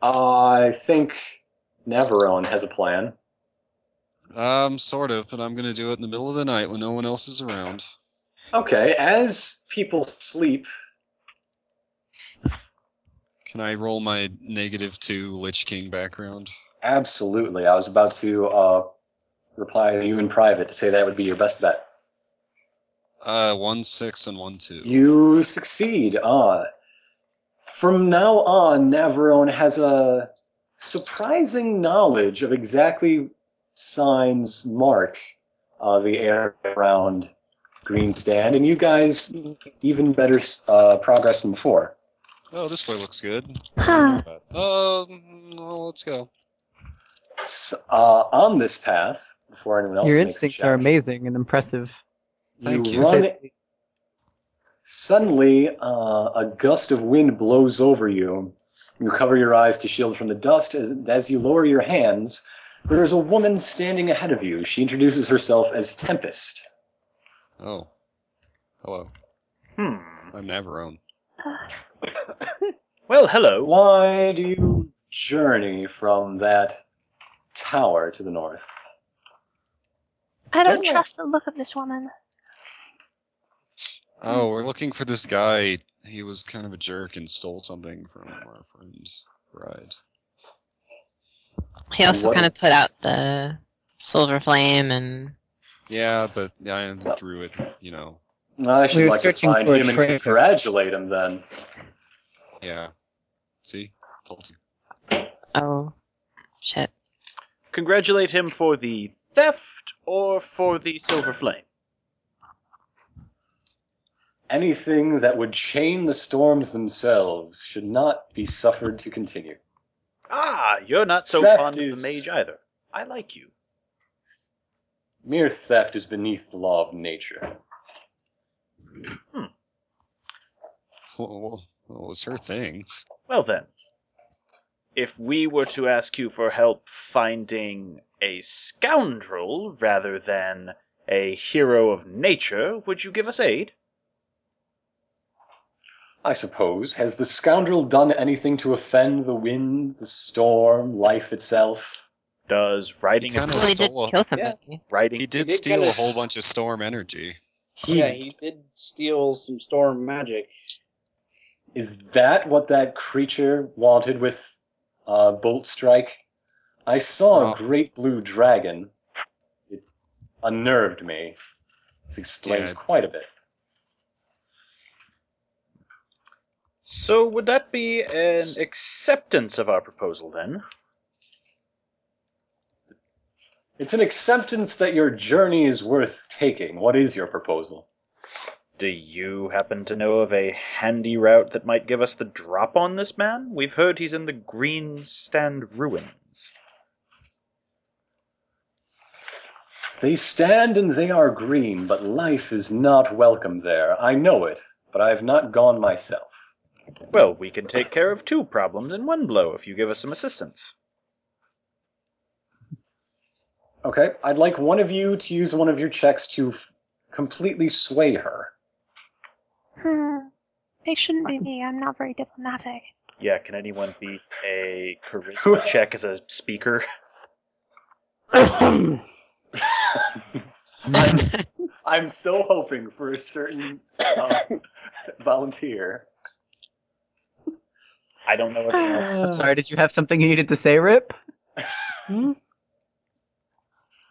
Speaker 2: I think Navarone has a plan.
Speaker 3: um, sort of, but I'm gonna do it in the middle of the night when no one else is around.
Speaker 2: Okay, as people sleep,
Speaker 3: Can I roll my negative two Lich King background?
Speaker 2: Absolutely. I was about to uh, reply to you in private to say that would be your best bet.
Speaker 3: Uh, one six and one two.
Speaker 2: You succeed. Uh, from now on, Navarone has a surprising knowledge of exactly signs mark uh, the air around Green Stand, and you guys even better uh, progress than before.
Speaker 3: Oh, this way looks good.
Speaker 7: Huh.
Speaker 3: Oh, no, let's go.
Speaker 2: S uh, on this path, before anyone else,
Speaker 6: Your
Speaker 2: makes a
Speaker 6: instincts
Speaker 2: check,
Speaker 6: are amazing and impressive.
Speaker 2: You
Speaker 3: Thank you.
Speaker 6: to say
Speaker 2: run
Speaker 6: the least.
Speaker 2: Suddenly, uh, a gust of wind blows over you. You cover your eyes to shield from the dust. As, as you lower your hands, there is a woman standing ahead of you. She introduces herself as Tempest.
Speaker 3: Oh, hello.
Speaker 9: Hmm.
Speaker 3: I'm Navarone.
Speaker 10: Well, hello.
Speaker 2: Why do you journey from that tower to the north?
Speaker 7: I don't
Speaker 10: Yeah.
Speaker 7: trust the look of this woman.
Speaker 8: Hmm.
Speaker 3: Oh, we're looking for this guy. He was kind of a jerk and stole something from our friend's bride.
Speaker 4: He also
Speaker 2: What-
Speaker 4: kind of put out the silver flame and
Speaker 3: Yeah, but I drew it. You know.
Speaker 2: I should
Speaker 6: We're
Speaker 2: like to
Speaker 6: searching
Speaker 2: find
Speaker 6: for a
Speaker 2: him and
Speaker 6: traitor.
Speaker 2: congratulate him then.
Speaker 3: Yeah. See, told you.
Speaker 4: oh shit.
Speaker 9: Congratulate him for the theft or for the silver flame.
Speaker 2: Anything that would chain the storms themselves should not be suffered to continue.
Speaker 9: Ah, you're not so
Speaker 2: Theft
Speaker 9: fond of
Speaker 2: is-
Speaker 9: the mage either. I like you.
Speaker 2: Mere theft is beneath the law of nature.
Speaker 3: Well, well, well, it was her thing.
Speaker 9: Well then, if we were to ask you for help finding a scoundrel rather than a hero of nature, would you give us aid?
Speaker 2: I suppose. Has the scoundrel done anything to offend the wind, the storm, life itself?
Speaker 9: Does riding a
Speaker 3: kinda-
Speaker 4: Well, he did
Speaker 3: stole a-
Speaker 4: kill somebody.
Speaker 9: riding
Speaker 3: He did
Speaker 5: did
Speaker 3: steal
Speaker 5: get
Speaker 3: a
Speaker 5: a-
Speaker 3: whole bunch of storm energy.
Speaker 2: He,
Speaker 5: Yeah, he did steal some storm magic.
Speaker 2: is that what that creature wanted with uh, Bolt Strike? I saw
Speaker 3: Oh.
Speaker 2: a great blue dragon. It unnerved me. This explains
Speaker 3: Yeah.
Speaker 2: quite a bit.
Speaker 9: So would that be an acceptance of our proposal then?
Speaker 2: It's an acceptance that your journey is worth taking. What is your proposal?
Speaker 9: Do you happen to know of a handy route that might give us the drop on this man? We've heard he's in the Green Stand ruins.
Speaker 2: They stand and they are green, but life is not welcome there. I know it, but I have not gone myself.
Speaker 9: Well, we can take care of two problems in one blow if you give us some assistance.
Speaker 2: Okay, I'd like one of you to use one of your checks to f- completely sway her.
Speaker 7: Hmm. It shouldn't
Speaker 6: I
Speaker 7: be
Speaker 6: can s-
Speaker 7: me. I'm not very diplomatic.
Speaker 9: Yeah, can anyone beat a charisma check as a speaker?
Speaker 2: I'm, s- I'm so hoping for a certain uh, volunteer.
Speaker 9: I don't know what
Speaker 8: Uh,
Speaker 9: else.
Speaker 6: Sorry, did you have something you needed to say, Rip?
Speaker 8: Hmm?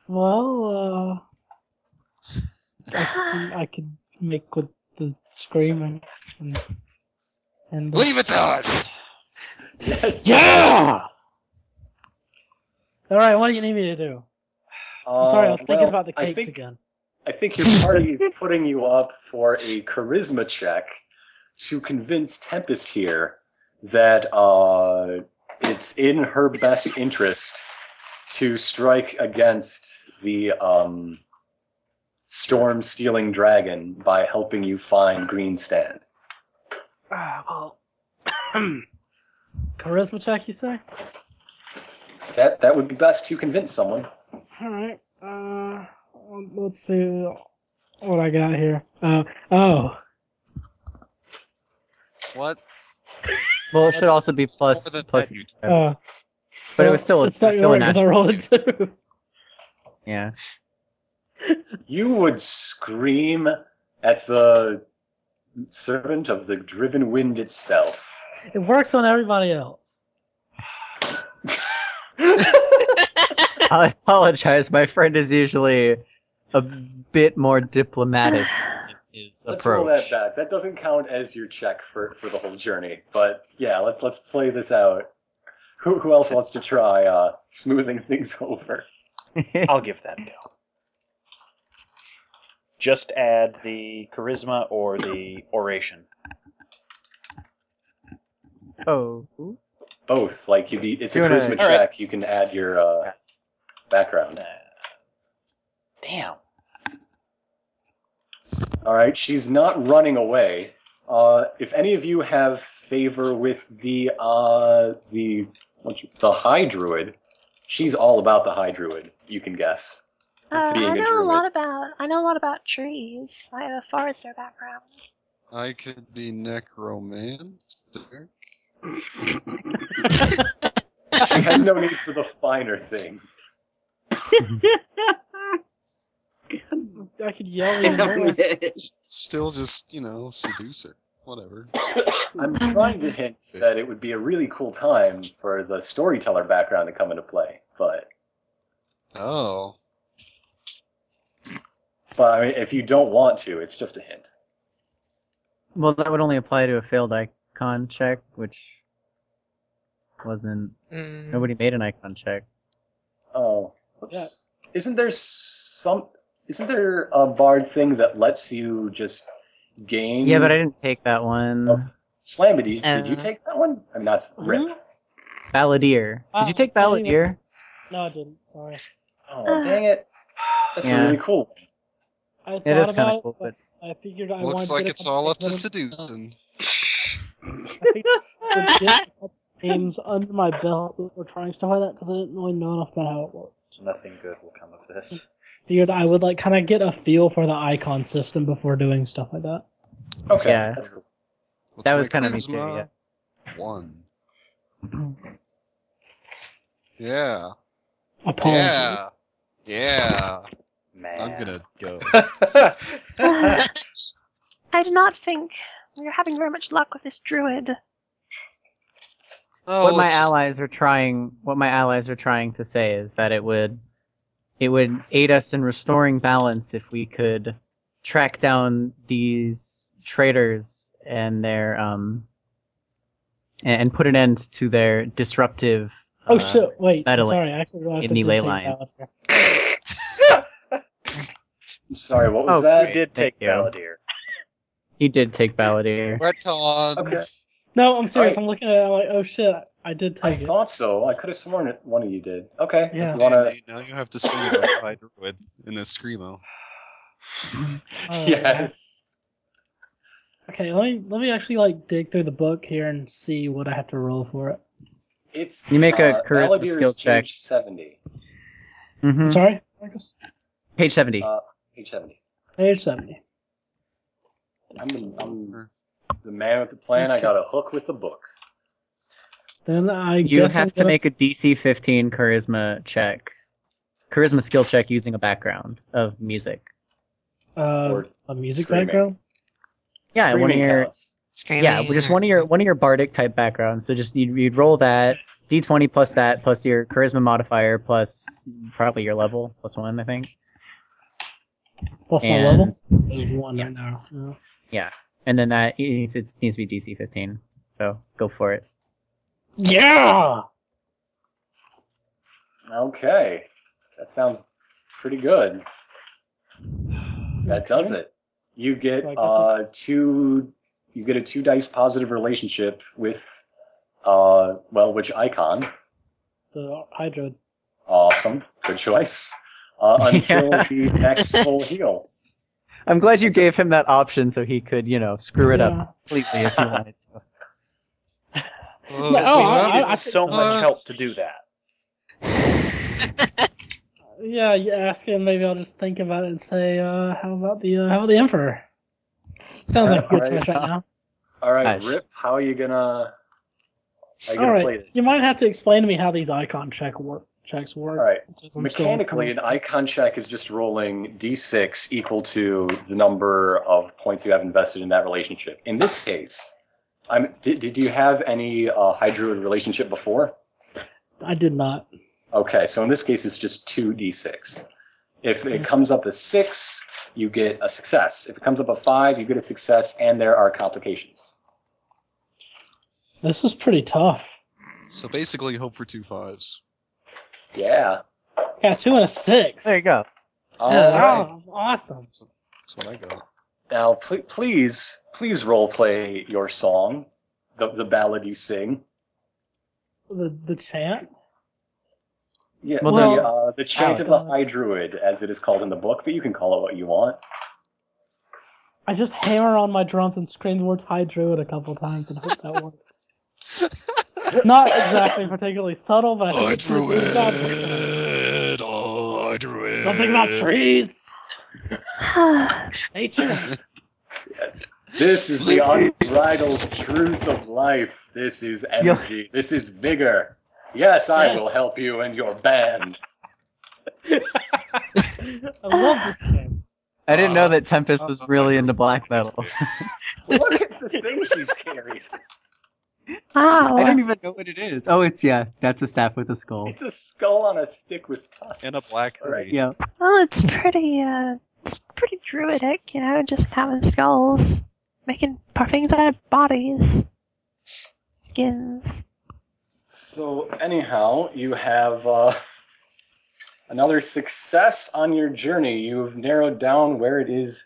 Speaker 8: Well, uh, I, can, I can make good the screaming and and the-
Speaker 3: Leave it to us.
Speaker 2: Yes.
Speaker 8: Yeah. All right, what do you need me to do? I'm sorry, Uh, I was thinking about the
Speaker 2: Uh, I
Speaker 8: cakes
Speaker 2: think,
Speaker 8: again.
Speaker 2: I think your party is putting you up for a charisma check to convince Tempest here that uh, it's in her best interest to strike against the um, storm stealing dragon by helping you find Green Stand.
Speaker 8: Ah, well, charisma check, you say?
Speaker 2: That that would be best to convince someone.
Speaker 8: All right. Uh, um, let's see what I got here. Uh, oh,
Speaker 3: What?
Speaker 6: Well, it should also be plus
Speaker 3: More than
Speaker 6: plus,
Speaker 3: that, you-
Speaker 8: uh,
Speaker 6: but it
Speaker 8: well,
Speaker 6: was still
Speaker 8: it's
Speaker 6: it's
Speaker 8: not
Speaker 6: still
Speaker 8: going
Speaker 6: an
Speaker 8: because I rolled a two.
Speaker 6: yeah.
Speaker 2: You would scream at the servant of the driven wind itself.
Speaker 8: It works on everybody else.
Speaker 6: I apologize. My friend is usually a bit more diplomatic in his
Speaker 2: Let's roll
Speaker 6: approach.
Speaker 2: that back. That doesn't count as your check for, for the whole journey. But yeah, let's let's play this out. Who who else wants to try uh, smoothing things over?
Speaker 9: I'll give that a go. Just add the charisma or the oration.
Speaker 6: oh,
Speaker 2: Both. Like you be it's a
Speaker 6: Doing it.
Speaker 2: charisma
Speaker 9: All
Speaker 2: check.
Speaker 9: right.
Speaker 2: You can add your uh, background.
Speaker 9: Uh, Damn.
Speaker 2: All right, she's not running away. Uh, if any of you have favor with the uh, the what you- the high druid, she's all about the high druid. You can guess.
Speaker 7: Uh,
Speaker 2: Being
Speaker 7: I
Speaker 2: a
Speaker 7: know a
Speaker 2: druid.
Speaker 7: lot about I know a lot about trees. I have a forester background.
Speaker 3: I could be necromancer.
Speaker 2: She has no need for the finer thing.
Speaker 3: Mm-hmm.
Speaker 8: I could yell even more.
Speaker 3: Still just, you know, seducer. Whatever.
Speaker 2: I'm trying to hint that it would be a really cool time for the storyteller background to come into play, but
Speaker 3: Oh.
Speaker 2: but I mean, if you don't want to, it's just a hint.
Speaker 6: well, that would only apply to a failed icon check, which wasn't.
Speaker 4: Mm.
Speaker 6: Nobody made an icon check.
Speaker 2: Oh, yeah. Isn't there some? Isn't there a bard thing that lets you just gain?
Speaker 6: Yeah, but I didn't take that one.
Speaker 2: Slamity, did you
Speaker 4: Uh.
Speaker 2: take that one? I'm not
Speaker 6: Mm-hmm.
Speaker 2: rip.
Speaker 6: Balladeer. Did you take
Speaker 8: Ah, I didn't even-
Speaker 6: Balladeer?
Speaker 8: No, I didn't. Sorry.
Speaker 2: Oh, dang it! That's
Speaker 6: Yeah.
Speaker 2: really cool.
Speaker 8: I
Speaker 6: It
Speaker 8: thought
Speaker 6: is kind
Speaker 8: about
Speaker 6: of cool, but
Speaker 8: I figured I
Speaker 3: Looks
Speaker 8: wanted
Speaker 3: like
Speaker 8: to
Speaker 3: it's all up to
Speaker 8: seduce.
Speaker 3: seducing.
Speaker 8: I get a couple games under my belt that were trying stuff like that because I didn't really know enough about how it worked.
Speaker 9: Nothing good will come of this.
Speaker 8: Figured I would like kind of get a feel for the icon system before doing stuff like that.
Speaker 2: Okay,
Speaker 6: Yeah.
Speaker 2: that's cool.
Speaker 3: What's
Speaker 6: that was
Speaker 3: my
Speaker 6: kind of me too.
Speaker 3: charisma?
Speaker 6: Yeah.
Speaker 3: One. Yeah.
Speaker 8: Apologies.
Speaker 3: Yeah. Yeah.
Speaker 9: Man.
Speaker 3: I'm gonna go.
Speaker 9: gonna.
Speaker 7: I do not think we're having very much luck with this druid.
Speaker 3: Oh,
Speaker 6: what my
Speaker 3: let's just-
Speaker 6: allies are trying what my allies are trying to say is that it would it would aid us in restoring balance if we could track down these traitors and their um a- and put an end to their disruptive
Speaker 8: Oh
Speaker 6: uh,
Speaker 8: shit! Wait,
Speaker 6: meddling
Speaker 8: sorry. I actually realized
Speaker 6: in
Speaker 8: I
Speaker 6: the
Speaker 8: did
Speaker 6: ley
Speaker 8: take
Speaker 6: lines.
Speaker 8: that.
Speaker 2: I'm sorry, what was
Speaker 6: Oh,
Speaker 2: that?
Speaker 9: You did
Speaker 6: Thank
Speaker 9: take
Speaker 6: you.
Speaker 9: Balladeer.
Speaker 6: He did take Balladeer.
Speaker 3: Retcon.
Speaker 2: Okay.
Speaker 8: No, I'm serious.
Speaker 2: Alright.
Speaker 8: I'm looking at it. I'm like, oh shit! I did
Speaker 2: I
Speaker 8: take it.
Speaker 2: thought so. I could have sworn it, one of you did. Okay.
Speaker 8: Yeah.
Speaker 2: You wanna?
Speaker 3: Andy, now you have to sing about High Druid in the Screamo.
Speaker 8: Oh,
Speaker 2: yes.
Speaker 8: yeah. Okay, let me let me actually like dig through the book here and see what I have to roll for it.
Speaker 2: It's
Speaker 6: You make a
Speaker 2: uh,
Speaker 6: charisma
Speaker 2: Balladeer is
Speaker 6: skill check.
Speaker 2: page Seventy.
Speaker 8: I'm
Speaker 6: Mhm.
Speaker 8: sorry, Marcus.
Speaker 6: Page seventy.
Speaker 2: Uh, page seventy.
Speaker 8: Page seventy.
Speaker 2: I'm, the-
Speaker 8: Hmm.
Speaker 2: I'm the man with the plan. I got a hook with the book.
Speaker 8: Then I
Speaker 6: you
Speaker 8: guess
Speaker 6: have
Speaker 8: I'm
Speaker 6: to
Speaker 8: gonna-
Speaker 6: make a DC fifteen charisma check. Charisma skill check using a background of music.
Speaker 8: uh,
Speaker 2: Or
Speaker 8: a music
Speaker 2: screaming.
Speaker 8: background.
Speaker 6: Yeah, one of
Speaker 2: Screaming
Speaker 6: your
Speaker 2: counts.
Speaker 4: Screaming.
Speaker 6: Yeah, well, just one of your one of your bardic type backgrounds. So just you'd, you'd roll that d20 plus that plus your charisma modifier plus probably your level plus one, I think.
Speaker 8: Plus my
Speaker 6: And-
Speaker 8: level is one
Speaker 6: Yeah.
Speaker 8: right now. Yeah.
Speaker 6: And then that it needs, it needs to be DC 15. So go for it.
Speaker 8: Yeah!
Speaker 2: Okay. That sounds pretty good. That does
Speaker 8: Okay.
Speaker 2: it. You get
Speaker 8: So I guess
Speaker 2: uh two you get a two dice positive relationship with uh well which icon.
Speaker 8: The hydro.
Speaker 2: Awesome. Good choice. Uh, until
Speaker 6: Yeah.
Speaker 2: the next full heal.
Speaker 6: I'm glad you gave him that option so he could, you know, screw it up
Speaker 8: Yeah.
Speaker 6: completely if he wanted to.
Speaker 3: Oh,
Speaker 8: No, I- I-
Speaker 9: Needed
Speaker 8: I-
Speaker 9: so much help to do that.
Speaker 8: yeah, you ask him. Maybe I'll just think about it and say, uh, how about the uh, how about the emperor? Sounds like a good
Speaker 2: Alright.
Speaker 8: choice right now.
Speaker 2: Alright,
Speaker 6: Nice.
Speaker 2: Rip, how are you gonna how you gonna play
Speaker 8: Alright,
Speaker 2: this?
Speaker 8: you might have to explain to me how these icon check work. Checks work.
Speaker 2: Alright.
Speaker 8: because I'm still-
Speaker 2: Mechanically, an icon check is just rolling d6 equal to the number of points you have invested in that relationship. In this case, I'm, did, did you have any uh, Hydra relationship before?
Speaker 8: I did not.
Speaker 2: Okay, so in this case, it's just two d6. If it comes up a six, you get a success. If it comes up a five, you get a success, and there are complications.
Speaker 8: This is pretty tough.
Speaker 3: So basically, hope for two fives.
Speaker 2: Yeah.
Speaker 8: Got two and a six.
Speaker 6: There you go.
Speaker 2: All
Speaker 8: Oh,
Speaker 2: right.
Speaker 8: awesome.
Speaker 3: That's what I got.
Speaker 2: Now, pl- please, please role play your song, the, the ballad you sing.
Speaker 8: The, the chant?
Speaker 2: Yeah,
Speaker 6: Well,
Speaker 2: the,
Speaker 8: then-
Speaker 2: uh, the Chant
Speaker 6: Oh,
Speaker 2: of the
Speaker 8: God.
Speaker 2: High Druid, as it is called in the book, but you can call it what you want.
Speaker 8: I just hammer on my drums and scream the words "High Druid" a couple times and hope that works. Not exactly particularly subtle, but I think it's a good job.
Speaker 3: Oh, I drew it.
Speaker 8: Something about trees, nature.
Speaker 2: Yes. This is the unbridled truth of life. This is energy. This is vigor. Yes, I
Speaker 8: Yes.
Speaker 2: will help you and your band.
Speaker 8: I love this game.
Speaker 6: I didn't know that Tempest was really into black metal.
Speaker 2: Look at the thing she's carrying.
Speaker 7: wow.
Speaker 6: I don't even know what it is. Oh, it's yeah, that's a staff with a skull.
Speaker 2: It's a skull on a stick with tusks.
Speaker 3: And a black
Speaker 2: All right.
Speaker 3: hoodie.
Speaker 6: Yeah.
Speaker 7: Well, it's pretty, uh, it's pretty druidic, you know, just having skulls, making par- things out of bodies, skins.
Speaker 2: So anyhow, you have uh, another success on your journey. You've narrowed down where it is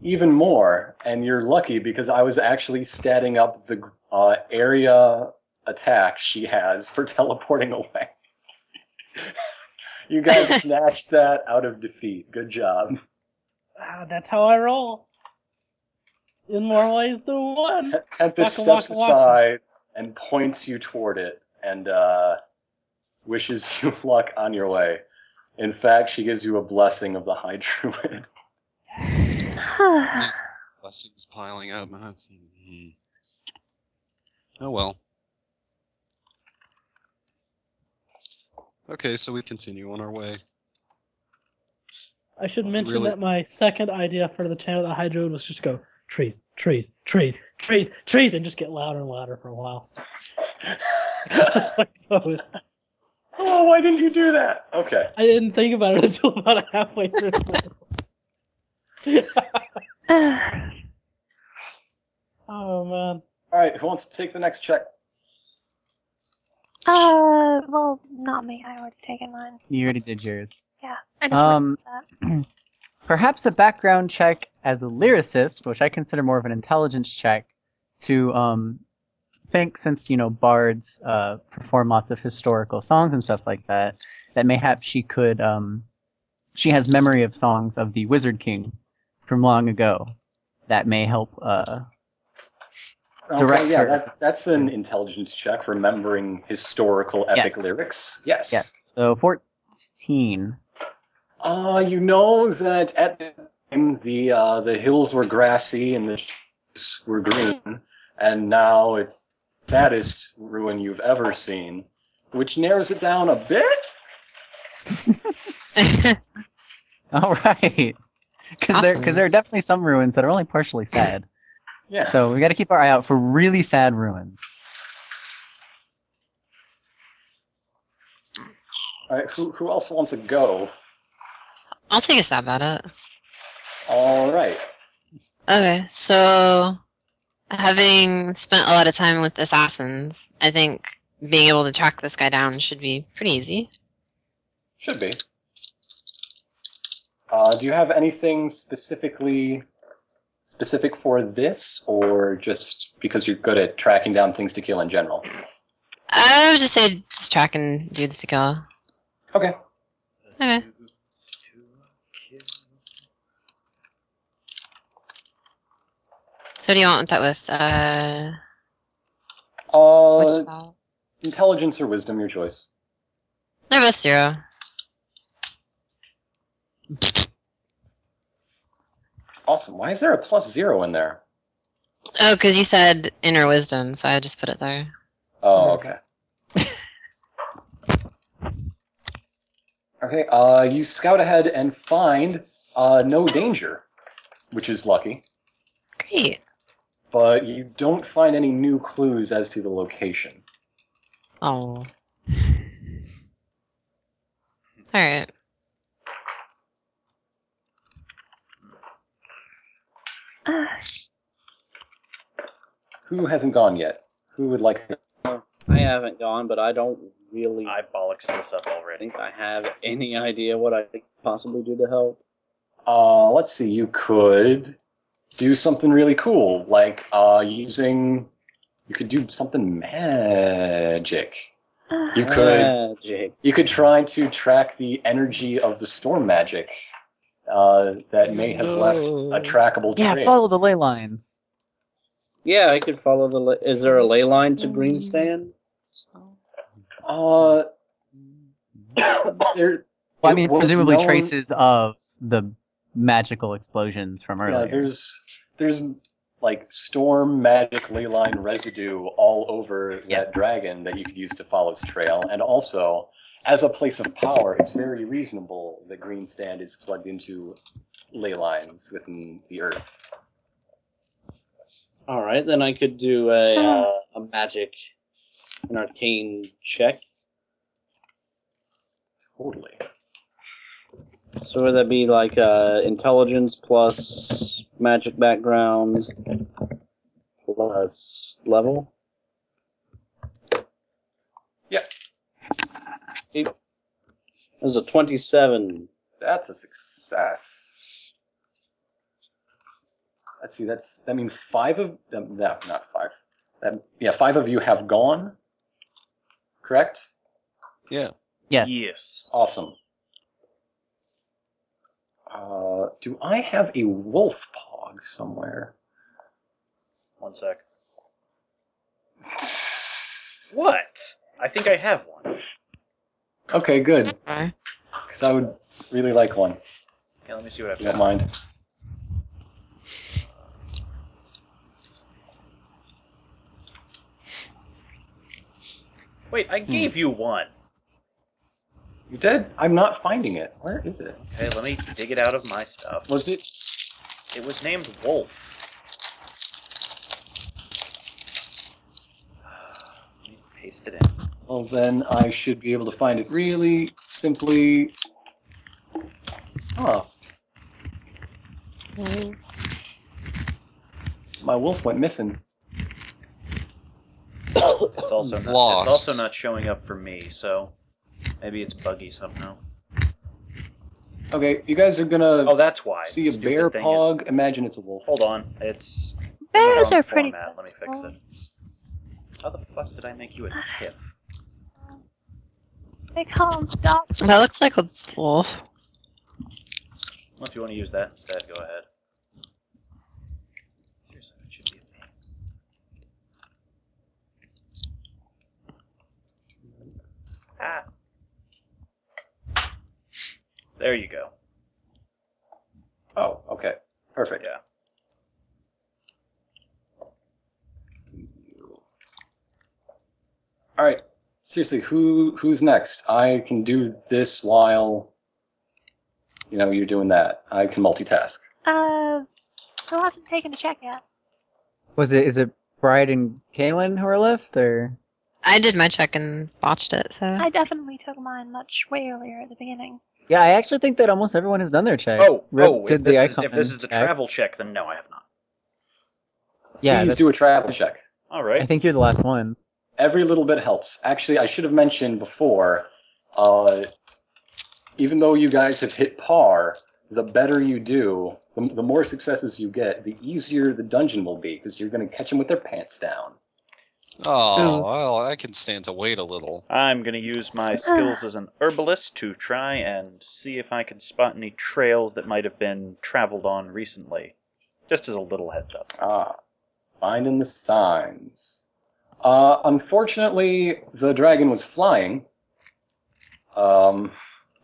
Speaker 2: even more, and you're lucky because I was actually statting up the uh, area attack she has for teleporting away. you guys snatched that out of defeat. Good job.
Speaker 8: Ah, that's how I roll. In more ways than one.
Speaker 2: Te- Tempest
Speaker 8: Waka,
Speaker 2: steps
Speaker 8: waka, waka.
Speaker 2: aside and points you toward it and uh, wishes you luck on your way. In fact, she gives you a blessing of the High Druid.
Speaker 7: Uh,
Speaker 3: These blessings piling up. and that's- mhm. Oh well. Okay, so we continue on our way.
Speaker 8: I should mention
Speaker 3: Really?
Speaker 8: that my second idea for the channel of the Hydro was just go trees, trees, trees, trees, trees, and just get louder and louder for a while. I
Speaker 2: oh, why didn't you do that? Okay.
Speaker 8: didn't think about it until about halfway through. oh man.
Speaker 2: All right, who wants to take the next check?
Speaker 7: uh, well, not me. I already taken mine.
Speaker 6: You already did yours.
Speaker 7: Yeah, I just
Speaker 6: Um,
Speaker 7: um, that.
Speaker 6: Perhaps a background check as a lyricist, which I consider more of an intelligence check, to um, think since you know bards uh, perform lots of historical songs and stuff like that, that mayhaps she could. Um, she has memory of songs of the Wizard King from long ago. That may help. Uh,
Speaker 2: Okay, yeah,
Speaker 6: Director.
Speaker 2: that, that's an intelligence check, remembering historical epic
Speaker 6: Yes.
Speaker 2: lyrics. Yes.
Speaker 6: yes. So fourteen.
Speaker 2: Uh, you know that at the time the uh, the hills were grassy and the trees were green, and now it's the saddest ruin you've ever seen, which narrows it down a bit.
Speaker 6: All right. Because there,
Speaker 4: Awesome.
Speaker 6: cause there are definitely some ruins that are only partially sad.
Speaker 2: Yeah.
Speaker 6: So we got to keep our eye out for really sad ruins.
Speaker 2: All right, who who else wants to go?
Speaker 4: I'll take a stab at it.
Speaker 2: All right.
Speaker 4: Okay, so having spent a lot of time with assassins, I think being able to track this guy down should be pretty easy.
Speaker 2: Should be. Uh, do you have anything specifically specific for this, or just because you're good at tracking down things to kill in general?
Speaker 4: I would just say just tracking dudes to kill.
Speaker 2: Okay.
Speaker 4: Okay. So do you want that with? Uh,
Speaker 2: Uh,
Speaker 6: Uh,
Speaker 4: which style?
Speaker 2: intelligence or wisdom, your choice.
Speaker 4: They're both zero.
Speaker 2: Awesome. Why is there a plus zero in there?
Speaker 4: Oh, because you said inner wisdom, so I just put it there.
Speaker 2: Oh, okay. okay. Uh, you scout ahead and find uh, no danger, which is lucky.
Speaker 4: Great.
Speaker 2: but you don't find any new clues as to the location.
Speaker 4: Oh. All right.
Speaker 7: Uh,
Speaker 2: Who hasn't gone yet? Who would like
Speaker 5: I haven't gone, but I don't really
Speaker 9: I bollocks this up already.
Speaker 5: think I have any idea what I could possibly do to help.
Speaker 2: Uh, let's see. You could do something really cool, like uh, using. You could do something magic.
Speaker 7: uh,
Speaker 2: You could.
Speaker 5: Magic.
Speaker 2: You could try to track the energy of the storm magic uh, that may have left a trackable
Speaker 6: Yeah,
Speaker 2: trail.
Speaker 6: follow the ley lines.
Speaker 5: Yeah, I could follow the. La- is there a ley line to Greenstand?
Speaker 2: Uh, there.
Speaker 6: Well, I
Speaker 2: it
Speaker 6: mean,
Speaker 2: was
Speaker 6: presumably
Speaker 2: known-
Speaker 6: traces of the magical explosions from
Speaker 2: Yeah,
Speaker 6: earlier.
Speaker 2: there's there's like storm magic ley line residue all over
Speaker 6: Yes.
Speaker 2: that dragon that you could use to follow its trail, and also as a place of power, it's very reasonable that Green Stand is plugged into ley lines within the earth.
Speaker 5: All right, then I could do a uh, a magic, an arcane check.
Speaker 2: Totally.
Speaker 5: So would that be like uh, intelligence plus magic background plus level?
Speaker 2: Yeah.
Speaker 5: It was a twenty-seven.
Speaker 2: That's a success. Let's see. That's that means five of them. No, not five. That, yeah, five of you have gone. Correct.
Speaker 6: Yes.
Speaker 2: Awesome. Uh, do I have a wolf pog somewhere?
Speaker 9: One sec. What? I think I have one.
Speaker 2: Okay, good.
Speaker 4: Okay.
Speaker 2: Because I would really like one. If
Speaker 9: Yeah, let me see what I've
Speaker 2: you don't
Speaker 9: got.
Speaker 2: mind.
Speaker 9: Wait, I gave you one.
Speaker 2: You did? I'm not finding it. Where is it?
Speaker 9: Okay, let me dig it out of my stuff.
Speaker 2: Was it?
Speaker 9: It was named Wolf. Let me paste it in.
Speaker 2: Well, then I should be able to find it really simply. Huh.
Speaker 9: Hmm.
Speaker 2: My wolf went missing.
Speaker 9: It's also not,
Speaker 3: Lost.
Speaker 9: It's also not showing up for me, so maybe it's buggy somehow.
Speaker 2: Okay, you guys are gonna
Speaker 9: Oh, that's why.
Speaker 2: see a
Speaker 9: Stupid
Speaker 2: bear
Speaker 9: thing is-
Speaker 2: pog. Imagine it's a wolf.
Speaker 9: Hold on, it's in the
Speaker 7: Bears
Speaker 9: wrong
Speaker 7: are pretty
Speaker 9: format. Let me fix it. How the fuck did I make you a tiff?
Speaker 7: they call them dogs.
Speaker 4: That looks like a wolf.
Speaker 9: Well, if you want to use that instead, go ahead. Seriously, it should be a thing. Ah. There you go.
Speaker 2: Oh, okay. Perfect.
Speaker 9: Yeah.
Speaker 2: All right. Seriously, who who's next? I can do this while you know you're doing that. I can multitask.
Speaker 7: Uh, who hasn't taken a check yet?
Speaker 6: Was it? Is it Bride and Kaylin who are left, or
Speaker 4: I did my check and botched it, so
Speaker 7: I definitely took mine much way earlier at the beginning.
Speaker 6: yeah? I actually think that almost everyone has done their check.
Speaker 9: Oh,
Speaker 6: Rip
Speaker 9: oh, if
Speaker 6: did
Speaker 9: this,
Speaker 6: the
Speaker 9: is, if
Speaker 6: icon
Speaker 9: this is the
Speaker 6: check.
Speaker 9: travel check, then no, I have not.
Speaker 6: yeah,
Speaker 2: Please do a
Speaker 6: that's-
Speaker 2: travel check.
Speaker 9: All
Speaker 6: I
Speaker 9: right.
Speaker 6: think you're the last one.
Speaker 2: Every little bit helps. Actually, I should have mentioned before. Uh, even though you guys have hit par, the better you do, the, the more successes you get, the easier the dungeon will be because you're going to catch them with their pants down.
Speaker 3: Oh, well, I can stand to wait a little.
Speaker 9: I'm going to use my skills as an herbalist to try and see if I can spot any trails that might have been traveled on recently. Just as a little heads up.
Speaker 2: Ah, finding the signs. Uh, unfortunately, the dragon was flying. Um,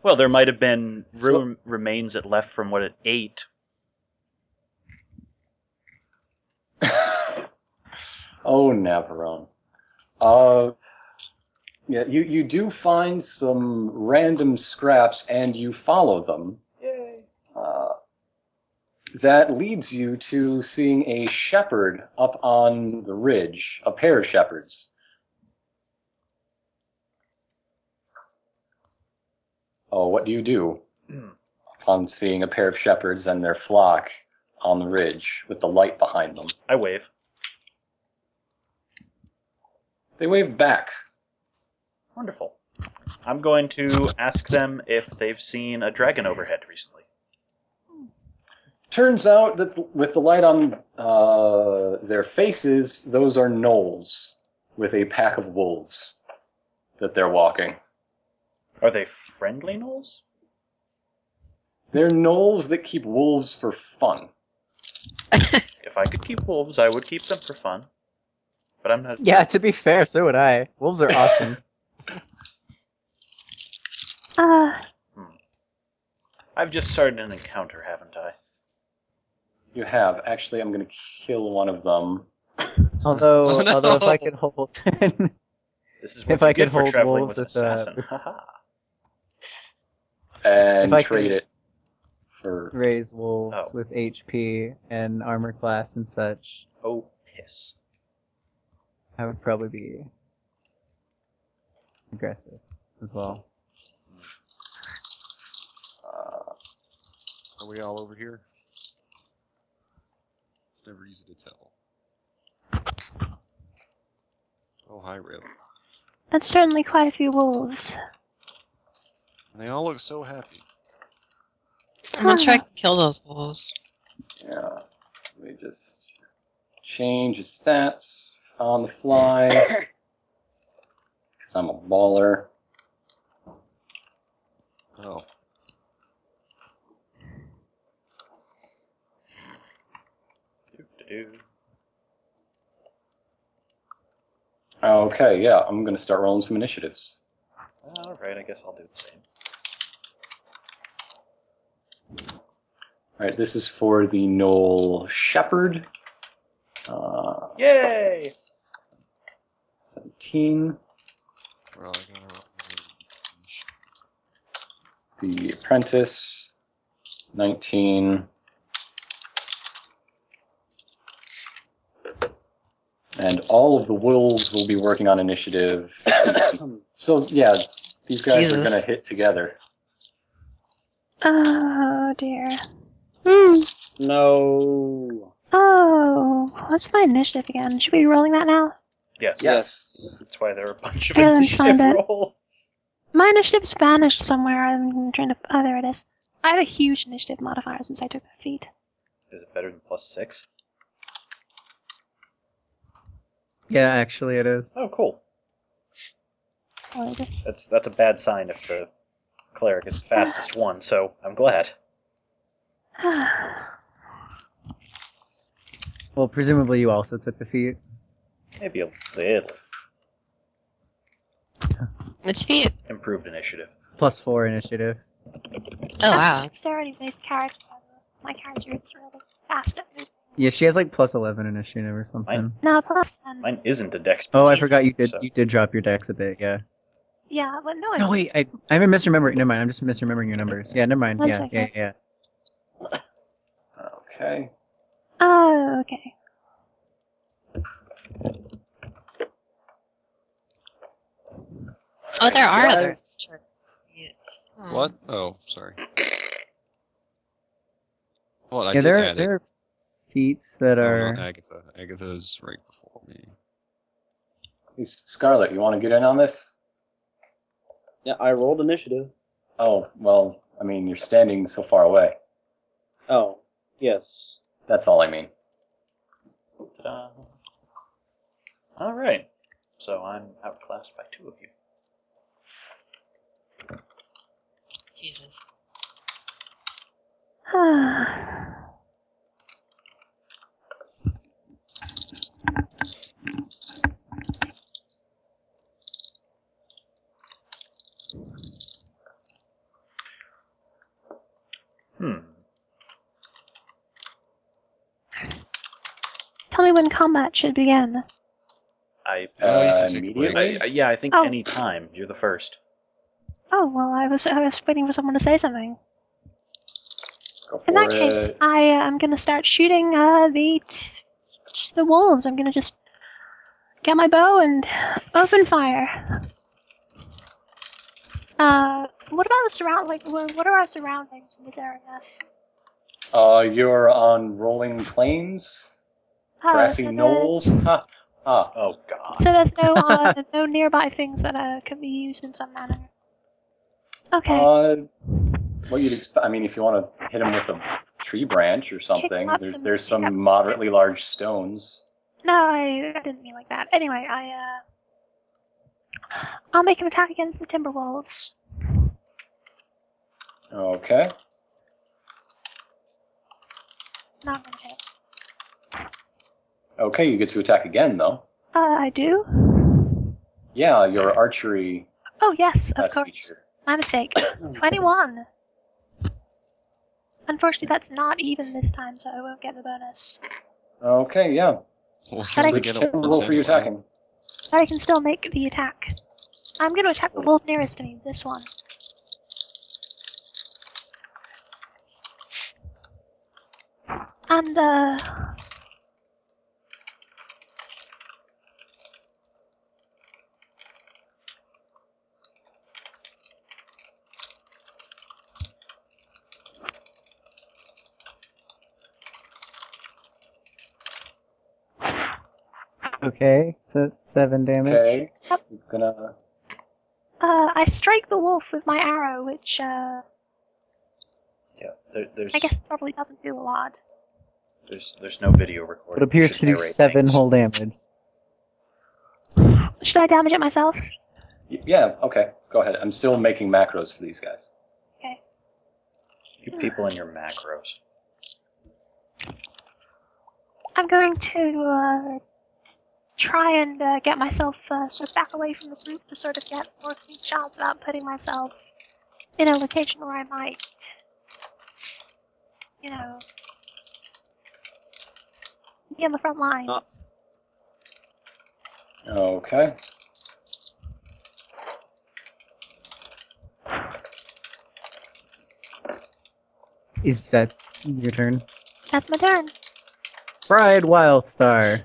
Speaker 9: Well, there might have been
Speaker 2: Sl-
Speaker 9: ru- remains that left from what it ate.
Speaker 2: oh, Navarone. Uh, yeah, you, you do find some random scraps and you follow them. Uh, that leads you to seeing a shepherd up on the ridge, a pair of shepherds. Oh, what do you do? Upon seeing a pair of shepherds and their flock on the ridge with the light behind them,
Speaker 9: I wave.
Speaker 2: they wave back.
Speaker 9: Wonderful. I'm going to ask them if they've seen a dragon overhead recently.
Speaker 2: Turns out that th- with the light on uh, their faces, those are gnolls with a pack of wolves that they're walking.
Speaker 9: Are they friendly gnolls?
Speaker 2: They're gnolls that keep wolves for fun.
Speaker 9: If I could keep wolves, I would keep them for fun. But I'm not.
Speaker 6: Yeah, to be fair, so would I. Wolves are awesome.
Speaker 7: Uh,
Speaker 9: I've just started an encounter, haven't I?
Speaker 2: You have. Actually, I'm going to kill one of them.
Speaker 6: although,
Speaker 3: Oh, no.
Speaker 6: although if I could hold,
Speaker 9: This is what
Speaker 6: If
Speaker 9: you
Speaker 6: I
Speaker 9: get
Speaker 6: could
Speaker 9: for
Speaker 6: hold
Speaker 9: traveling
Speaker 6: wolves
Speaker 9: with an
Speaker 6: with, uh,
Speaker 9: assassin. Haha.
Speaker 2: and
Speaker 6: If I
Speaker 2: trade
Speaker 6: can-
Speaker 2: it for
Speaker 6: raise wolves
Speaker 9: Oh.
Speaker 6: with HP and armor class and such,
Speaker 9: oh piss!
Speaker 6: I would probably be aggressive as well.
Speaker 3: Are we all over here? It's never easy to tell. Oh, hi, Rip.
Speaker 7: that's certainly quite a few wolves.
Speaker 3: And they all look so happy.
Speaker 4: I'm not sure I can kill those wolves.
Speaker 2: yeah. We just change his stats on the fly because I'm a baller.
Speaker 3: Oh.
Speaker 9: Doo-doo-doo.
Speaker 2: Okay, yeah, I'm gonna start rolling some initiatives.
Speaker 9: All right, I guess I'll do the same.
Speaker 2: All right, this is for the Knoll Shepherd. Uh,
Speaker 9: Yay!
Speaker 2: 17.
Speaker 3: We're all gonna roll-
Speaker 2: The Apprentice. 19. And all of the wolves will be working on initiative. so, yeah, these guys are
Speaker 4: Jesus.
Speaker 2: going to hit together.
Speaker 7: Oh dear. Hmm.
Speaker 5: No.
Speaker 7: Oh, what's my initiative again? Should we be rolling that now?
Speaker 9: Yes.
Speaker 5: Yes.
Speaker 9: That's why there are a bunch of
Speaker 7: Alan
Speaker 9: initiative
Speaker 7: found it.
Speaker 9: rolls.
Speaker 7: My initiative's vanished somewhere. I'm trying to. Oh, there it is. I have a huge initiative modifier since I took that feat.
Speaker 9: Is it better than plus six?
Speaker 6: Yeah, actually, it is.
Speaker 9: Oh, cool.
Speaker 7: Or the-
Speaker 9: That's that's a bad sign if the cleric is the fastest one. So I'm glad.
Speaker 6: Well, presumably you also took the feat.
Speaker 9: Maybe a little
Speaker 4: Which feet?
Speaker 9: improved initiative.
Speaker 6: Plus four initiative.
Speaker 4: Oh wow.
Speaker 7: Dexterity based character. by the way. My character is really fast at moving.
Speaker 6: Yeah, she has like plus eleven initiative or something.
Speaker 9: Mine-
Speaker 7: No, plus 10.
Speaker 9: Mine isn't a dex.
Speaker 6: Oh, I
Speaker 7: Jesus.
Speaker 6: forgot you did.
Speaker 9: So-
Speaker 6: You did drop your dex a bit. Yeah.
Speaker 7: Yeah, but no,
Speaker 6: No,
Speaker 7: I
Speaker 6: wait. I I'm misremembering. Never mind. I'm just misremembering your numbers. Yeah, never mind.
Speaker 7: One
Speaker 6: Yeah,
Speaker 7: second.
Speaker 6: yeah, yeah.
Speaker 2: Okay.
Speaker 7: Oh, okay.
Speaker 4: Oh, there are
Speaker 2: Guys.
Speaker 4: others. Yes. Hmm.
Speaker 3: What? Oh, sorry. Well, I
Speaker 6: yeah,
Speaker 3: did
Speaker 6: there are,
Speaker 3: add it.
Speaker 6: there are feats that
Speaker 3: Oh,
Speaker 6: are.
Speaker 3: no, Agatha. Agatha's right before me.
Speaker 2: Hey, Scarlet, you want to get in on this?
Speaker 5: Yeah, I rolled initiative.
Speaker 2: Oh, well, I mean, you're standing so far away.
Speaker 5: Oh, yes.
Speaker 2: That's all I mean.
Speaker 9: Ta-da. All right. So I'm outclassed by two of you.
Speaker 4: Jesus.
Speaker 9: Hmm.
Speaker 7: Tell me when combat should begin.
Speaker 9: I,
Speaker 3: Oh, you
Speaker 2: Uh,
Speaker 3: should take a break.
Speaker 2: immediately?
Speaker 9: I, I- yeah, I think
Speaker 7: Oh.
Speaker 9: any time you're the first.
Speaker 7: Oh, well, I was, I was waiting for someone to say something.
Speaker 2: Go
Speaker 7: In that
Speaker 2: for
Speaker 7: case,
Speaker 2: it.
Speaker 7: I uh, am gonna start shooting uh, the t- the wolves. I'm gonna just get my bow and open fire. Uh, What about the surround? Like, wh- what are our surroundings in this area?
Speaker 2: Uh, you're on rolling plains,
Speaker 7: Uh,
Speaker 2: grassy
Speaker 7: so there's-
Speaker 2: knolls. Ah, ah.
Speaker 9: Oh God.
Speaker 7: So there's no uh, no nearby things that uh, can be used in some manner. Okay,
Speaker 2: Uh, what you'd expect? I mean, if you want to hit him with a tree branch or something,
Speaker 7: up
Speaker 2: there,
Speaker 7: some-
Speaker 2: there's
Speaker 7: kick
Speaker 2: some
Speaker 7: up some
Speaker 2: moderately
Speaker 7: branches.
Speaker 2: large stones.
Speaker 7: no, I, I didn't mean like that. Anyway, I uh, I'll make an attack against the Timberwolves.
Speaker 2: Okay.
Speaker 7: Not gonna hit.
Speaker 2: Okay, you get to attack again though.
Speaker 7: Uh, I do.
Speaker 2: Yeah, your archery
Speaker 7: Oh yes, of
Speaker 2: test
Speaker 7: course.
Speaker 2: feature.
Speaker 7: My mistake. Twenty-one. Unfortunately, that's not even this time, so I won't get the bonus.
Speaker 2: Okay, yeah.
Speaker 3: We'll
Speaker 7: But I
Speaker 3: never
Speaker 7: can
Speaker 3: get
Speaker 2: Yeah,
Speaker 3: it once
Speaker 2: roll for your
Speaker 3: anyway.
Speaker 2: attacking.
Speaker 7: But I can still make the attack. I'm going to attack the wolf nearest to me, this one. And, uh.
Speaker 6: Okay, so seven damage.
Speaker 2: Okay.
Speaker 7: Yep.
Speaker 2: You're gonna
Speaker 7: Uh, I strike the wolf with my arrow, which uh,
Speaker 9: Yeah. There, there's
Speaker 7: I guess probably doesn't do a lot.
Speaker 9: there's there's no video
Speaker 6: It
Speaker 9: recording. We
Speaker 6: appears
Speaker 9: should
Speaker 6: to do
Speaker 9: narrate
Speaker 6: seven
Speaker 9: things.
Speaker 6: whole damage.
Speaker 7: Should I damage it myself?
Speaker 2: Y- Yeah, okay. Go ahead. I'm still making macros for these guys.
Speaker 9: You people in your macros.
Speaker 7: I'm going to uh, try and uh, get myself uh, sort of back away from the group to sort of get more clean shots without putting myself in a location where I might, you know, be on the front lines.
Speaker 2: Okay.
Speaker 6: Is that your turn?
Speaker 7: That's my turn.
Speaker 6: Bride Wildstar.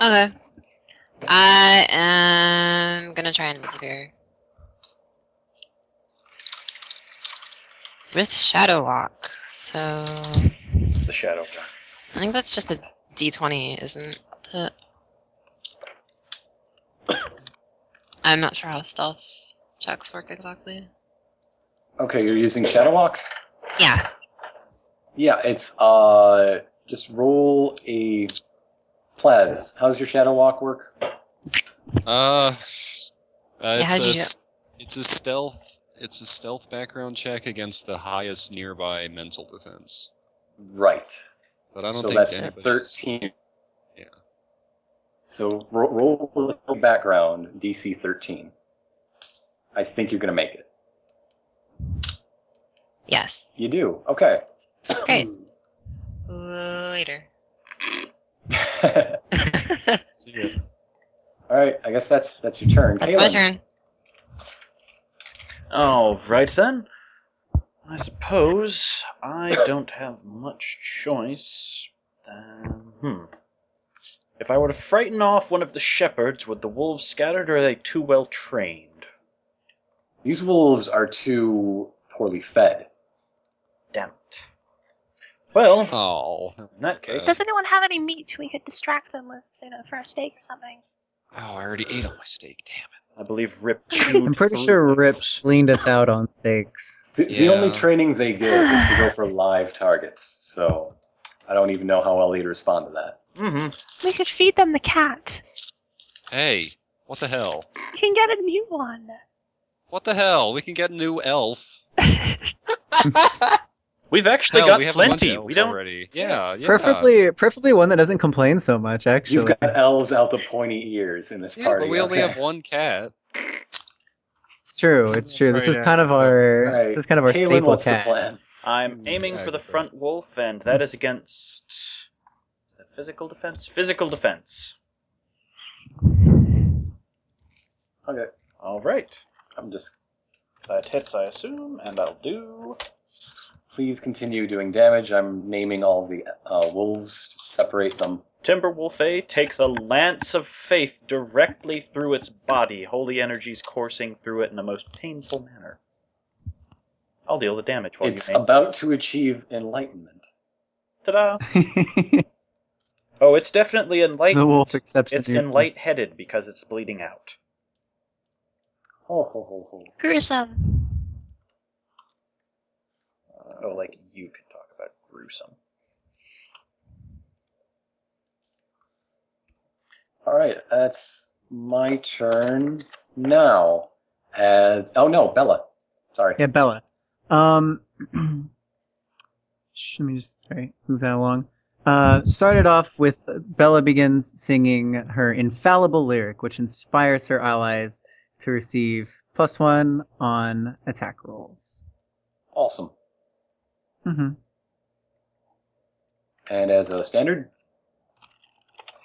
Speaker 4: Okay. I am gonna try and disappear. With Shadow Walk. So I
Speaker 9: The shadow. Gun.
Speaker 4: think that's just a D twenty, isn't it? I'm not sure how stealth checks work exactly.
Speaker 2: Okay, you're using Shadow Walk?
Speaker 4: Yeah.
Speaker 2: Yeah, it's uh just roll a Plaz. How's your Shadow Walk work?
Speaker 3: Uh, uh, it's
Speaker 4: how'd
Speaker 3: a
Speaker 4: you do-
Speaker 3: s- it's a stealth it's a stealth background check against the highest nearby mental defense.
Speaker 2: Right.
Speaker 3: But I don't
Speaker 2: so
Speaker 3: think
Speaker 2: that's
Speaker 3: anybody's-
Speaker 2: thirteen.
Speaker 3: Yeah.
Speaker 2: So ro- roll the background DC thirteen. I think you're gonna make it.
Speaker 4: Yes.
Speaker 2: You do. Okay.
Speaker 4: Great.
Speaker 9: Hmm.
Speaker 4: Later.
Speaker 2: All
Speaker 4: that's
Speaker 2: right. I guess that's that's your turn.
Speaker 4: my
Speaker 2: Kaelin.
Speaker 4: turn.
Speaker 9: All right then. I suppose I don't have much choice. Um, hmm. If I were to frighten off one of the shepherds, would the wolves scattered, or are they too well trained?
Speaker 2: These wolves are too poorly fed.
Speaker 9: Damn it. Well,
Speaker 3: Oh,
Speaker 9: in that case,
Speaker 7: Does anyone have any meat we could distract them with, you know, for a steak or something?
Speaker 3: oh! I already ate all my steak. Damn it!
Speaker 9: I believe Rip chewed.
Speaker 6: I'm pretty
Speaker 9: through
Speaker 6: sure Rip
Speaker 9: those.
Speaker 6: leaned us out on stakes.
Speaker 2: The, the only
Speaker 3: Yeah.
Speaker 2: training they give is to go for live targets. So I don't even know how well he'd respond to that.
Speaker 9: Mhm.
Speaker 7: We could feed them the cat.
Speaker 3: Hey, what the hell?
Speaker 7: You can get a new one.
Speaker 3: What the hell? We can get a new elf.
Speaker 9: We've actually
Speaker 3: hell,
Speaker 9: got
Speaker 3: we have a bunch
Speaker 9: plenty.
Speaker 3: of elves
Speaker 9: We don't.
Speaker 3: already. Yeah, yeah.
Speaker 6: Preferably, preferably one that doesn't complain so much.
Speaker 2: You've
Speaker 6: Actually,
Speaker 2: got elves out the pointy ears in this
Speaker 3: Yeah,
Speaker 2: party.
Speaker 3: but we only
Speaker 2: okay?
Speaker 3: have one cat.
Speaker 6: it's true. It's true. This
Speaker 3: Right,
Speaker 6: is
Speaker 3: yeah.
Speaker 6: kind of our.
Speaker 2: All right.
Speaker 6: This is kind of our
Speaker 2: Kaelin,
Speaker 6: staple
Speaker 2: what's the
Speaker 6: cat.
Speaker 2: plan?
Speaker 9: I'm
Speaker 3: Hmm,
Speaker 9: aiming for the
Speaker 3: okay.
Speaker 9: front wolf, and that is against. Is that physical defense? Physical defense.
Speaker 2: Okay,
Speaker 9: All right.
Speaker 2: I'm just.
Speaker 9: That hits, I assume, and I'll do.
Speaker 2: Please continue doing damage. I'm naming all the uh, wolves separate them.
Speaker 9: Timberwolf A takes a lance of faith directly through its body, holy energies coursing through it in the most painful manner. I'll deal the damage while
Speaker 2: it's
Speaker 9: you make.
Speaker 2: about to achieve enlightenment.
Speaker 9: Ta-da! Oh, it's definitely
Speaker 6: the
Speaker 9: enlightened.
Speaker 6: wolf accepts
Speaker 9: It's
Speaker 6: the new-
Speaker 9: enlight-headed because it's bleeding out.
Speaker 2: Ho ho ho ho.
Speaker 7: Gruesome.
Speaker 9: Oh, like you can talk about gruesome.
Speaker 2: All right, that's my turn now. As oh no, Bella, sorry.
Speaker 6: Yeah, Bella. Um, sh- let me just sorry move that along. Uh, started off with Bella begins singing her infallible lyric, which inspires her allies to receive plus one on attack rolls.
Speaker 2: Awesome.
Speaker 6: hmm
Speaker 2: And as a standard,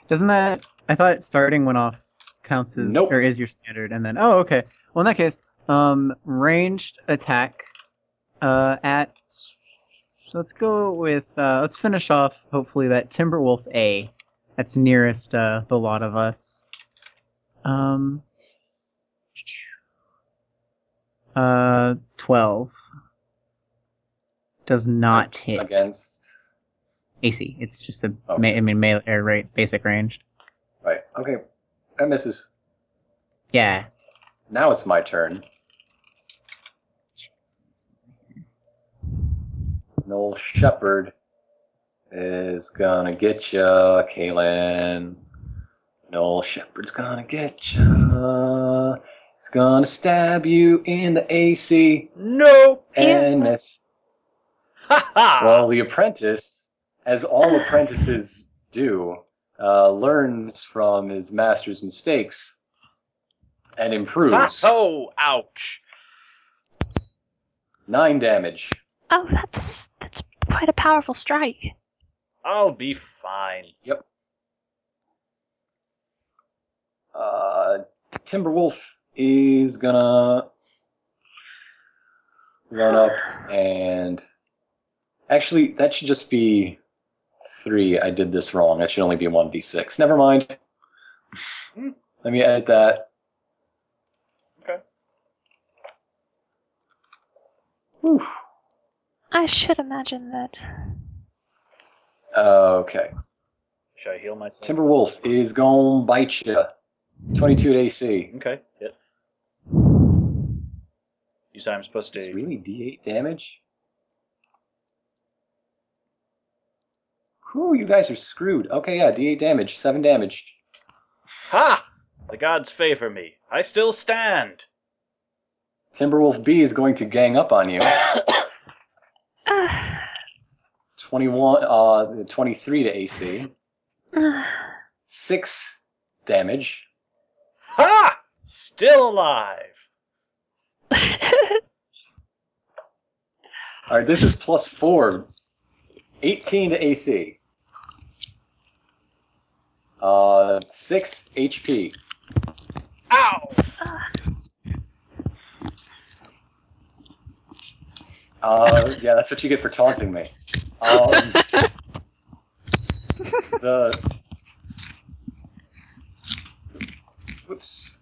Speaker 6: Doesn't that? I thought starting one off counts as
Speaker 2: Nope.
Speaker 6: or is your standard, and then oh okay. Well, in that case, um, ranged attack, uh, at. So let's go with uh, let's finish off hopefully that Timberwolf A, that's nearest uh, the lot of us. Um. Uh, twelve. Does not hit
Speaker 2: against
Speaker 6: AC. It's just a
Speaker 2: Okay.
Speaker 6: ma- I mean melee or right basic ranged.
Speaker 2: right. Okay, that misses.
Speaker 6: Yeah.
Speaker 2: Now it's my turn. Noel Shepherd is gonna get ya, Kalen. Noel Shepherd's gonna get ya. He's gonna stab you in the AC
Speaker 9: No!
Speaker 2: and miss.
Speaker 9: Ha ha!
Speaker 2: Well, the apprentice, as all apprentices do, uh, learns from his master's mistakes and
Speaker 9: ha
Speaker 2: improves.
Speaker 9: ho! Ouch!
Speaker 2: Nine damage.
Speaker 7: Oh, that's that's quite a powerful strike.
Speaker 9: I'll be fine.
Speaker 2: Uh, Timberwolf is gonna run up and actually that should just be three. I did this wrong. That should only be one d six. Never mind.
Speaker 9: Hmm.
Speaker 2: Let me edit that.
Speaker 9: Okay.
Speaker 2: Whew.
Speaker 7: I should imagine that.
Speaker 2: Uh, Okay.
Speaker 9: Should I heal myself?
Speaker 2: Timberwolf is gonna bite you. Twenty-two at AC.
Speaker 9: Okay, hit. You said I'm supposed
Speaker 2: It's
Speaker 9: to.
Speaker 2: really D8 damage? Whew, you guys are screwed. Okay, yeah, D8 damage, 7 damage.
Speaker 9: Ha! The gods favor me. I still stand!
Speaker 2: Timberwolf B is going to gang up on you.
Speaker 7: Uh,
Speaker 2: 21, uh, 23 to AC.
Speaker 7: uh,
Speaker 2: 6 damage.
Speaker 9: Ha! Still alive!
Speaker 2: Alright, this is plus 4. 18 to AC. Uh, 6 HP.
Speaker 9: Ow!
Speaker 2: Uh, yeah, that's what you get for taunting me. Um, the. Whoops.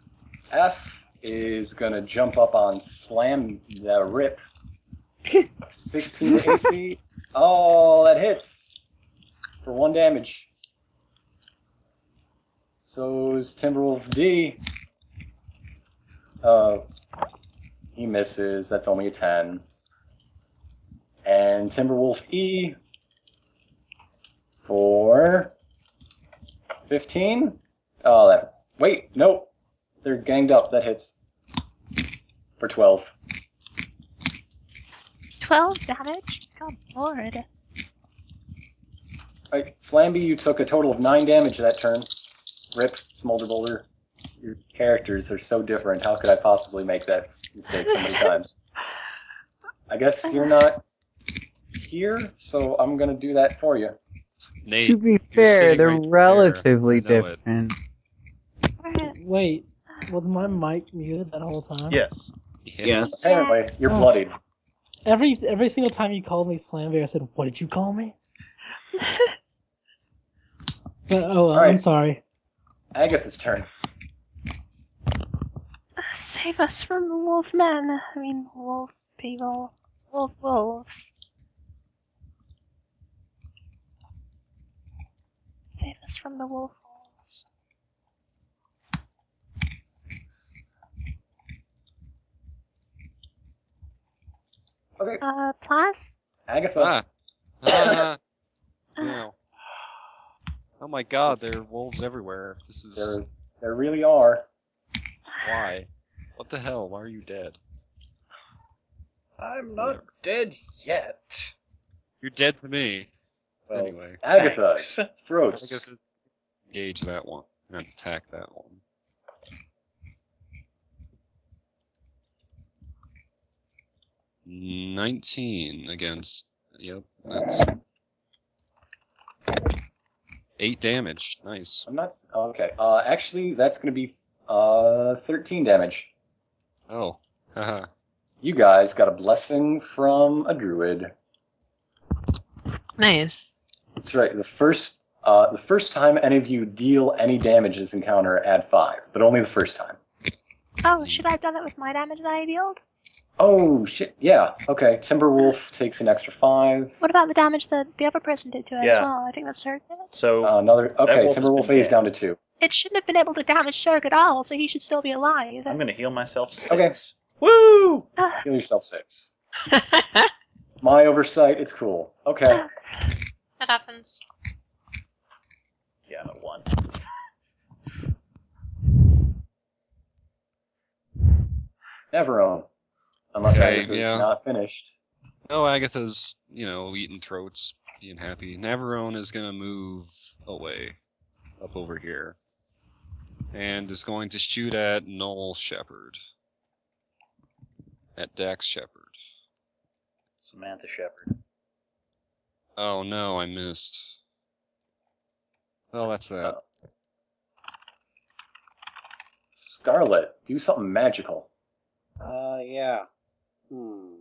Speaker 2: F is gonna jump up on slam the rip. 16 AC. Oh, that hits for one damage. So is Timberwolf D. Uh, he misses. That's only a 10. And Timberwolf E for 15. Oh, that. Wait, nope. They're ganged up. That hits for 12.
Speaker 7: Twelve damage. God lord.
Speaker 2: All right, Slamby, you took a total of 9 damage that turn. Rip, Smolder Boulder. Your characters are so different. How could I possibly make that mistake so many times? I guess you're not here, so I'm going to do that for you.
Speaker 3: Nate,
Speaker 6: to be fair,
Speaker 3: sitting
Speaker 6: they're
Speaker 3: right there.
Speaker 6: relatively
Speaker 3: I know it.
Speaker 6: different.
Speaker 8: Wait, was my mic muted that whole time?
Speaker 9: Yes.
Speaker 5: Yes.
Speaker 2: Apparently, you're bloodied.
Speaker 8: Every every single time you called me Slamby, I said, "What did you call me?" But, oh, well, I'm
Speaker 2: Alright.
Speaker 8: sorry.
Speaker 2: Agatha's turn.
Speaker 7: Save us from the wolf men. I mean, wolf people. Wolf wolves. Save us from the wolf wolves.
Speaker 2: Okay.
Speaker 7: Uh, plus?
Speaker 2: Agatha.
Speaker 3: Ah. Ah. Wow. Oh my god, there are wolves everywhere. This
Speaker 2: There,
Speaker 3: is
Speaker 2: there really are.
Speaker 3: why. What the hell? Why are you dead?
Speaker 9: I'm not dead yet.
Speaker 3: You're dead to me.
Speaker 9: Well,
Speaker 3: anyway,
Speaker 2: Agatha.
Speaker 9: thanks.
Speaker 3: I
Speaker 2: Throats.
Speaker 3: guess just engage that one and attack that one. Nineteen against. Yep, that's eight damage. Nice.
Speaker 2: I'm not. oh, Okay. Uh, actually, that's going to be uh, 13 damage.
Speaker 3: Oh, haha.
Speaker 2: You guys got a blessing from a druid.
Speaker 4: Nice.
Speaker 2: That's right. The first, uh, the first time any of you deal any damage this encounter, add five, but only the first time.
Speaker 7: Oh, should I have done that with my damage that I dealt?
Speaker 2: Oh shit! Yeah. Okay. Timberwolf takes an extra five.
Speaker 7: What about the damage that the other person did to it as
Speaker 9: Yeah.
Speaker 7: well? I think that's her damage.
Speaker 9: So
Speaker 2: Uh, another. Okay.
Speaker 9: wolf has
Speaker 2: Timberwolf
Speaker 9: been
Speaker 2: is
Speaker 9: bad.
Speaker 2: down to two.
Speaker 7: It shouldn't have been able to damage Shurk at all, so he should still be alive.
Speaker 9: I'm gonna heal myself
Speaker 2: Okay.
Speaker 9: six. Woo!
Speaker 7: Ah,
Speaker 2: Heal yourself six. My oversight. It's cool. Okay.
Speaker 4: That happens.
Speaker 9: Yeah, one.
Speaker 2: Never own. Unless
Speaker 3: Okay,
Speaker 2: Agatha's
Speaker 3: yeah.
Speaker 2: not finished.
Speaker 3: Oh, Agatha's you know eating throats, being happy. Navarone is gonna move away, up over here, and is going to shoot at Noel Shepherd, at Dax Shepherd.
Speaker 9: Samantha Shepherd.
Speaker 3: Oh no, I missed. Well, that's that.
Speaker 2: Scarlet, do something magical.
Speaker 5: Uh, yeah. Hmm.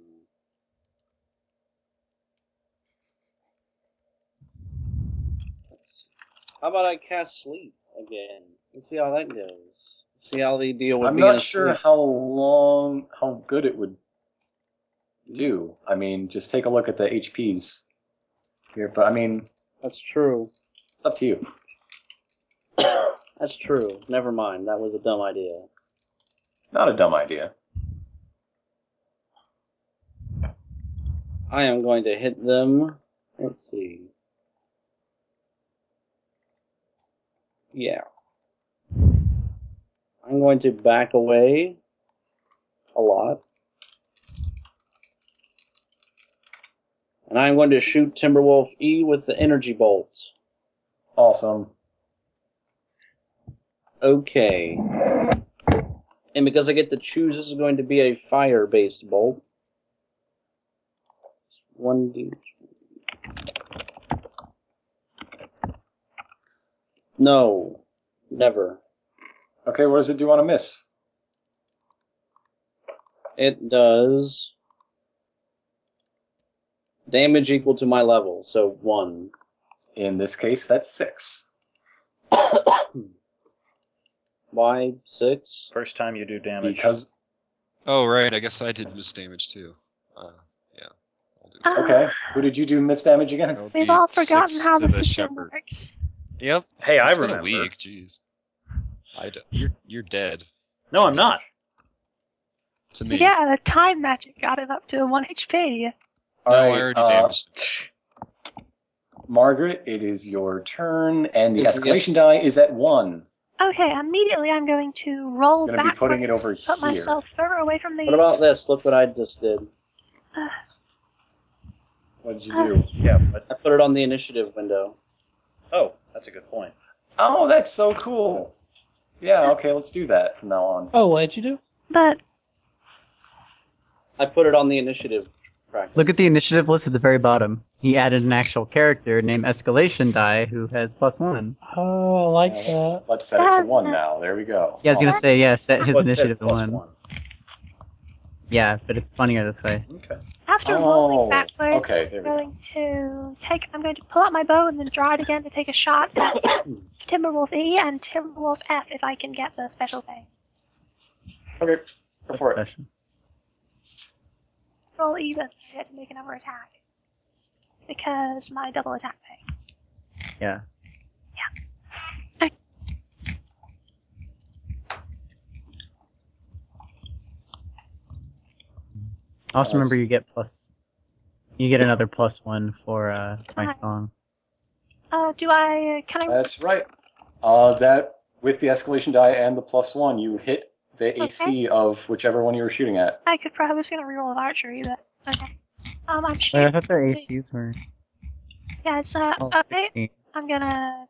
Speaker 5: Let's see. How about I cast sleep again? Let's see how that goes. See how they deal with
Speaker 2: I'm
Speaker 5: being
Speaker 2: not sure
Speaker 5: asleep.
Speaker 2: how long, how good it would do. I mean, just take a look at the HPs here. But I mean,
Speaker 5: That's true.
Speaker 2: it's up to you.
Speaker 5: That's true. Never mind. That was a dumb idea.
Speaker 2: Not a dumb idea.
Speaker 5: I am going to hit them. Let's see. Yeah. I'm going to back away a lot. And I'm going to shoot Timberwolf E with the energy bolt.
Speaker 2: Awesome.
Speaker 5: Okay. And because I get to choose, this is going to be a fire based bolt. 1d. No. Never.
Speaker 2: Okay, what does it do on a miss?
Speaker 5: It does. Damage equal to my level, so 1.
Speaker 2: In this case, that's six.
Speaker 5: Why 6?
Speaker 9: First time you do damage.
Speaker 2: Because
Speaker 3: Oh right, I guess I did miss damage too. Uh, yeah, I'll do.
Speaker 7: ah,
Speaker 2: okay, who did you do miss damage against?
Speaker 3: Nope.
Speaker 7: We've all
Speaker 3: Six
Speaker 7: forgotten how
Speaker 3: to
Speaker 7: the
Speaker 3: the
Speaker 7: system
Speaker 3: shepherd.
Speaker 7: works.
Speaker 3: Yep.
Speaker 9: hey, I
Speaker 3: It's been
Speaker 9: remember.
Speaker 3: a week. Jeez. I d- you're you're dead
Speaker 9: No, I'm not.
Speaker 3: to me.
Speaker 7: Yeah, the time magic got him up to 1 HP.
Speaker 3: No, I already
Speaker 2: uh,
Speaker 3: damaged. it.
Speaker 2: Margaret, it is your turn, and the
Speaker 5: Yes,
Speaker 2: escalation
Speaker 5: yes.
Speaker 2: die is at one.
Speaker 7: Okay, immediately I'm going to roll
Speaker 2: Gonna be
Speaker 7: backwards
Speaker 2: putting it over
Speaker 7: to put
Speaker 2: here.
Speaker 7: myself further away from the.
Speaker 5: What about this? Look what I just did.
Speaker 2: What did you
Speaker 7: uh,
Speaker 2: do?
Speaker 9: Yeah, but
Speaker 5: I put it on the initiative window.
Speaker 9: oh, that's a good point.
Speaker 2: Oh, that's so cool. Yeah, okay, let's do that from now on.
Speaker 8: Oh, what did you do?
Speaker 7: But
Speaker 5: I put it on the initiative bracket.
Speaker 6: Look at the initiative list at the very bottom. He added an actual character named Escalation Die who has plus one.
Speaker 8: Oh, I like
Speaker 2: Yeah,
Speaker 8: that.
Speaker 2: let's, let's set it to one now. There we go.
Speaker 6: Yeah, I was gonna
Speaker 2: Awesome.
Speaker 6: say yeah, set his
Speaker 9: Well, it says
Speaker 6: initiative to
Speaker 9: plus
Speaker 6: one. Yeah, but it's funnier this way.
Speaker 9: Okay.
Speaker 7: uh, After
Speaker 2: Oh,
Speaker 7: rolling backwards,
Speaker 2: okay, there
Speaker 7: I'm
Speaker 2: we go.
Speaker 7: going to take. I'm going to pull out my bow and then draw it again to take a shot at Timberwolf E and Timberwolf F if I can get the special thing.
Speaker 2: Okay, go
Speaker 6: That's
Speaker 2: for it.
Speaker 6: special.
Speaker 7: Roll even. I get to make another attack because my double attack pay.
Speaker 6: Yeah. Also remember you get plus. You get another plus one for uh, my
Speaker 7: Alright.
Speaker 6: song.
Speaker 7: Uh, do I? Can I?
Speaker 2: That's right. Uh, that with the escalation die and the plus one, you hit the
Speaker 7: Okay.
Speaker 2: AC of whichever one you were shooting at.
Speaker 7: I could probably. I was going to reroll of archery, but okay. Um, I'm
Speaker 6: Wait, I
Speaker 7: shooting.
Speaker 6: thought their ACs were
Speaker 7: Yeah, it's uh.
Speaker 6: all
Speaker 7: uh, I-
Speaker 6: 16.
Speaker 7: I'm gonna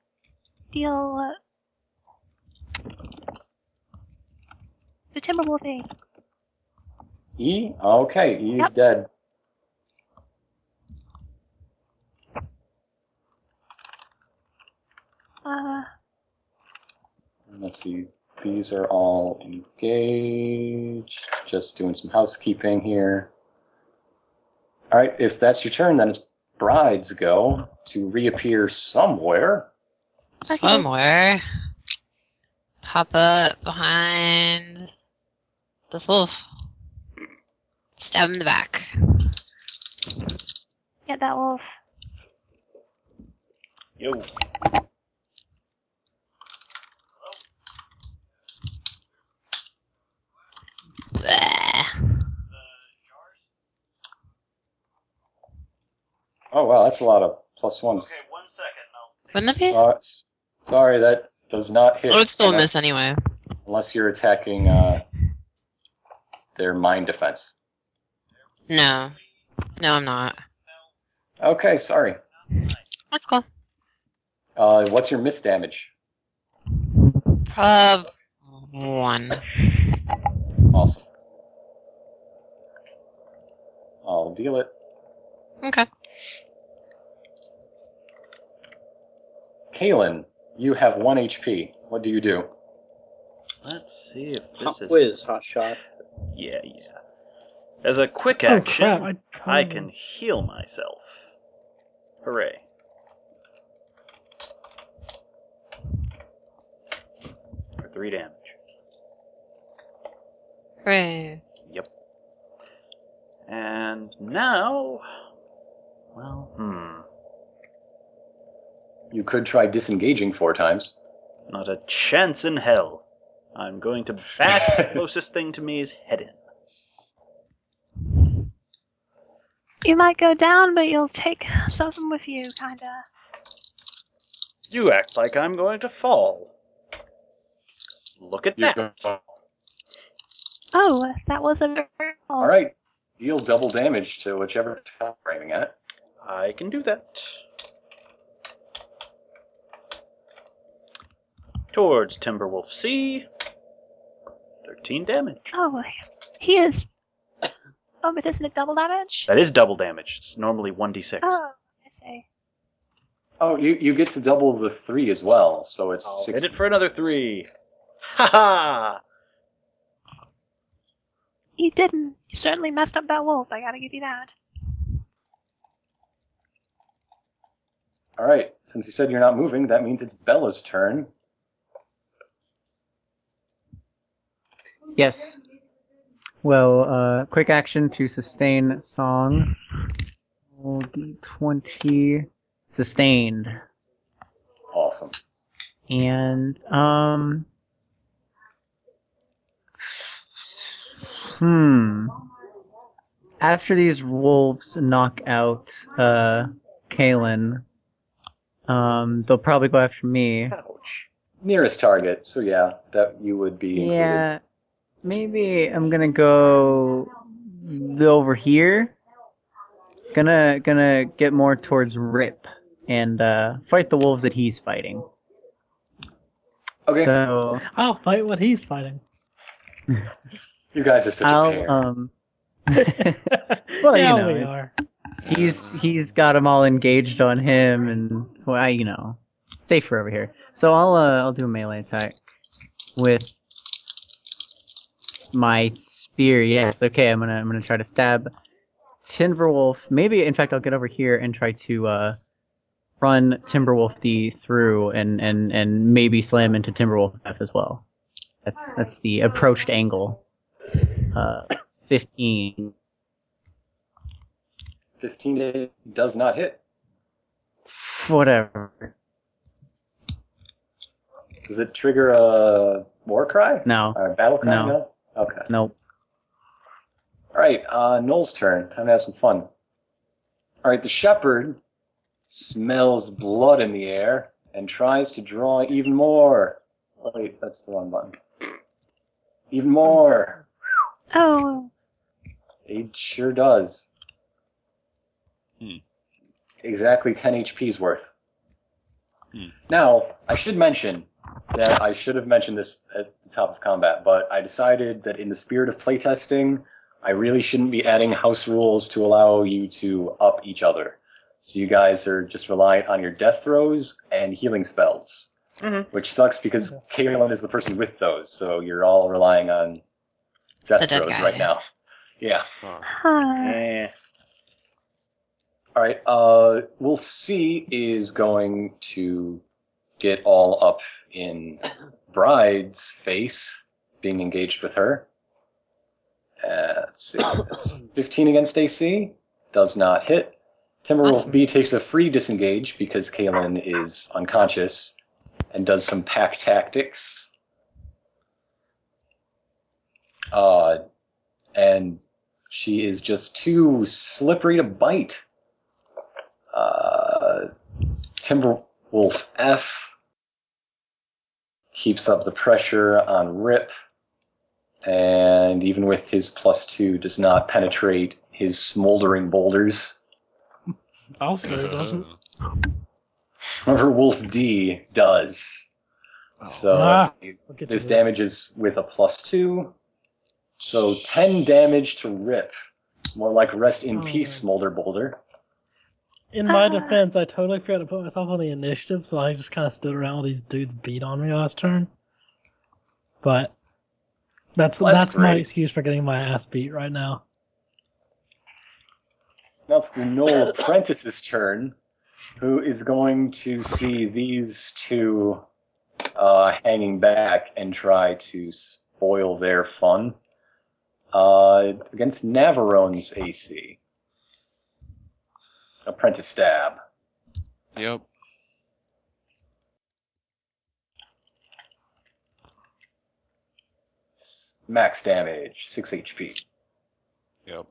Speaker 7: deal uh, the Timberwolf thing.
Speaker 2: E. Okay, E is
Speaker 7: Yep.
Speaker 2: dead.
Speaker 7: Uh,
Speaker 2: Let's see. These are all engaged. Just doing some housekeeping here. All right, if that's your turn, then it's Bride's go to reappear somewhere.
Speaker 7: Okay.
Speaker 4: Somewhere. Pop up behind this wolf. Stab him in the back.
Speaker 7: get that wolf.
Speaker 9: Yo.
Speaker 4: Bleh.
Speaker 2: Oh, wow, that's a lot of plus ones.
Speaker 9: one second.
Speaker 4: Wouldn't it be?
Speaker 2: Uh, s- sorry, that does not hit.
Speaker 4: I would Oh, still
Speaker 2: unless,
Speaker 4: miss anyway.
Speaker 2: Unless you're attacking uh, their mind defense.
Speaker 4: No. No, I'm not.
Speaker 2: Okay, sorry.
Speaker 4: That's cool.
Speaker 2: Uh, what's your miss damage?
Speaker 4: Prob one.
Speaker 2: Awesome. I'll deal it.
Speaker 4: Okay.
Speaker 2: Kalen, you have one HP. What do you do?
Speaker 9: Let's see if
Speaker 5: Pop
Speaker 9: this is.
Speaker 5: quiz, hot shot.
Speaker 9: Yeah, yeah. As a quick
Speaker 8: Oh
Speaker 9: action,
Speaker 8: crap! I,
Speaker 9: I can heal myself. Hooray. For three damage.
Speaker 4: Hooray.
Speaker 9: Yep. And now. Well, hmm.
Speaker 2: You could try disengaging four times.
Speaker 9: Not a chance in hell. I'm going to bash the closest thing to me is head in.
Speaker 7: You might go down, but you'll take something with you, kinda.
Speaker 9: You act like I'm going to fall. Look at
Speaker 2: You're
Speaker 9: that.
Speaker 2: go-
Speaker 7: Oh, that was a very
Speaker 4: Oh.
Speaker 2: All right. Deal double damage to whichever tower you're aiming at.
Speaker 9: I can do that. Towards Timberwolf C. 13 damage.
Speaker 7: Oh, he is. Oh, but isn't it double damage?
Speaker 9: That is double damage. It's normally 1d6.
Speaker 7: Oh, I see.
Speaker 2: Oh, you, you get to double the three as well, so it's
Speaker 9: I'll
Speaker 2: six.
Speaker 9: hit Oh, it for another 3. Ha ha!
Speaker 7: You didn't. You certainly messed up that wolf. I gotta give you that.
Speaker 2: All right. Since you said you're not moving, that means it's Bella's turn.
Speaker 6: Yes. Well, uh, quick action to sustain song. Roll d20 sustained,
Speaker 2: Awesome.
Speaker 6: and um, hmm. After these wolves knock out uh, Kalen, um, they'll probably go after me.
Speaker 9: Ouch.
Speaker 2: Nearest target. So yeah, that you would be included.
Speaker 6: Yeah, maybe I'm gonna go the- over here. Gonna gonna get more towards Rip and uh, fight the wolves that he's fighting.
Speaker 2: Okay.
Speaker 6: So
Speaker 8: I'll fight what he's fighting.
Speaker 2: you guys are such a pair.
Speaker 6: I'll um. well,
Speaker 8: yeah,
Speaker 6: you know,
Speaker 8: we
Speaker 6: it's-
Speaker 8: are.
Speaker 6: he's he's got them all engaged on him, and well, I, you know, safer over here. So I'll uh, I'll do a melee attack with my spear. Yes, okay. I'm gonna I'm gonna try to stab Timberwolf. Maybe, in fact, I'll get over here and try to uh, run Timberwolf D through and, and, and maybe slam into Timberwolf F as well. That's that's the approached angle. Uh, 15.
Speaker 2: 15 to- does not hit
Speaker 6: Whatever.
Speaker 2: does it trigger a war cry
Speaker 6: No.
Speaker 2: or a battle cry
Speaker 6: No.
Speaker 2: okay all
Speaker 6: Nope.
Speaker 2: right uh noel's turn time to have some fun all right the shepherd smells blood in the air and tries to draw even more wait that's the wrong button even more
Speaker 7: Oh,
Speaker 2: It sure does.
Speaker 3: Hmm.
Speaker 2: Exactly 10 HP's worth.
Speaker 3: Hmm.
Speaker 2: Now, I should mention that I should have mentioned this at the top of combat, but I decided that in the spirit of playtesting, I really shouldn't be adding house rules to allow you to up each other. So you guys are just reliant on your death throws and healing spells,
Speaker 4: Mm-hmm.
Speaker 9: Mhm.
Speaker 2: which sucks because Kaelin is the person with those, so you're all relying on
Speaker 4: The
Speaker 2: death
Speaker 4: dead
Speaker 2: throws
Speaker 4: guy.
Speaker 2: right now. Yeah.
Speaker 7: huh.
Speaker 9: Eh.
Speaker 2: All right. Uh, Wolf C is going to get all up in Bride's face, being engaged with her. Uh, let's see. That's 15 against AC. Does not hit. Timberwolf
Speaker 4: Awesome.
Speaker 2: B takes a free disengage because Kalen is unconscious and does some pack tactics. Uh, and she is just too slippery to bite uh, Timberwolf F keeps up the pressure on Rip, and even with his plus two, does not penetrate his smoldering boulders.
Speaker 8: I'll say it
Speaker 2: uh,
Speaker 8: doesn't.
Speaker 2: However, Wolf D does.
Speaker 3: Oh.
Speaker 2: So
Speaker 8: Ah.
Speaker 2: let's see.
Speaker 8: I'll get to
Speaker 2: this damage is with a plus two, so ten damage to Rip. More like rest in
Speaker 8: Oh,
Speaker 2: peace,
Speaker 8: man.
Speaker 2: smolder boulder.
Speaker 8: In my
Speaker 7: Ah.
Speaker 8: defense, I totally forgot to put myself on the initiative, so I just kind of stood around while these dudes beat on me last turn. But that's
Speaker 2: Well, that's
Speaker 8: that's, my
Speaker 2: great.
Speaker 8: excuse for getting my ass beat right now.
Speaker 2: Now it's the Noel Apprentice's turn, who is going to see these two uh, hanging back and try to spoil their fun uh, against Navarone's AC. Apprentice stab.
Speaker 3: Yep.
Speaker 2: S- Max damage, 6 HP.
Speaker 3: Yep.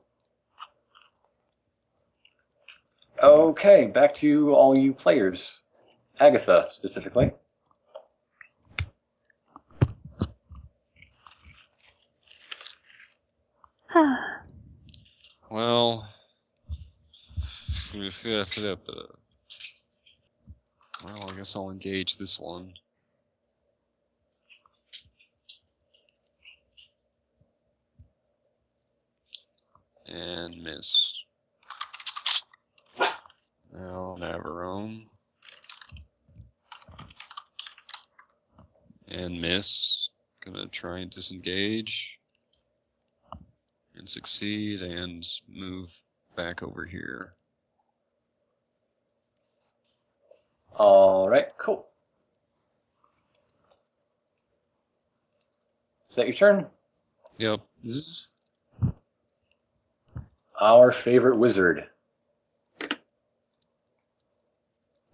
Speaker 2: Okay, back to all you players. Agatha, specifically.
Speaker 3: Well, well, I guess I'll engage this one. And miss. Now Navarone. And miss. Gonna try and disengage. And succeed and move back over here.
Speaker 2: All right, cool. Is that your turn?
Speaker 3: Yep.
Speaker 2: Our favorite wizard.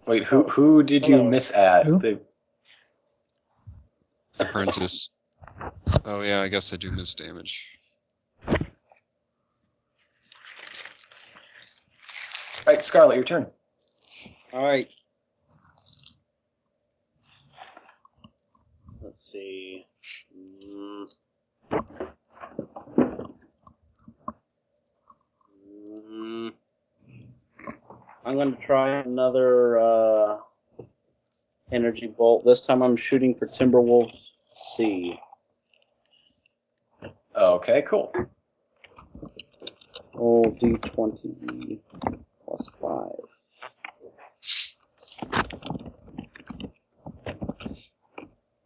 Speaker 2: Wait, who who did you
Speaker 5: Hello.
Speaker 2: miss at?
Speaker 6: Who?
Speaker 2: The-
Speaker 3: Apprentice. Oh yeah, I guess I do miss damage.
Speaker 2: right, Scarlet, your turn.
Speaker 5: All right. Let's see. Mm. Mm. I'm going to try another uh, energy bolt. This time I'm shooting for Timberwolf C.
Speaker 2: Okay, cool.
Speaker 5: Roll d20 plus 5.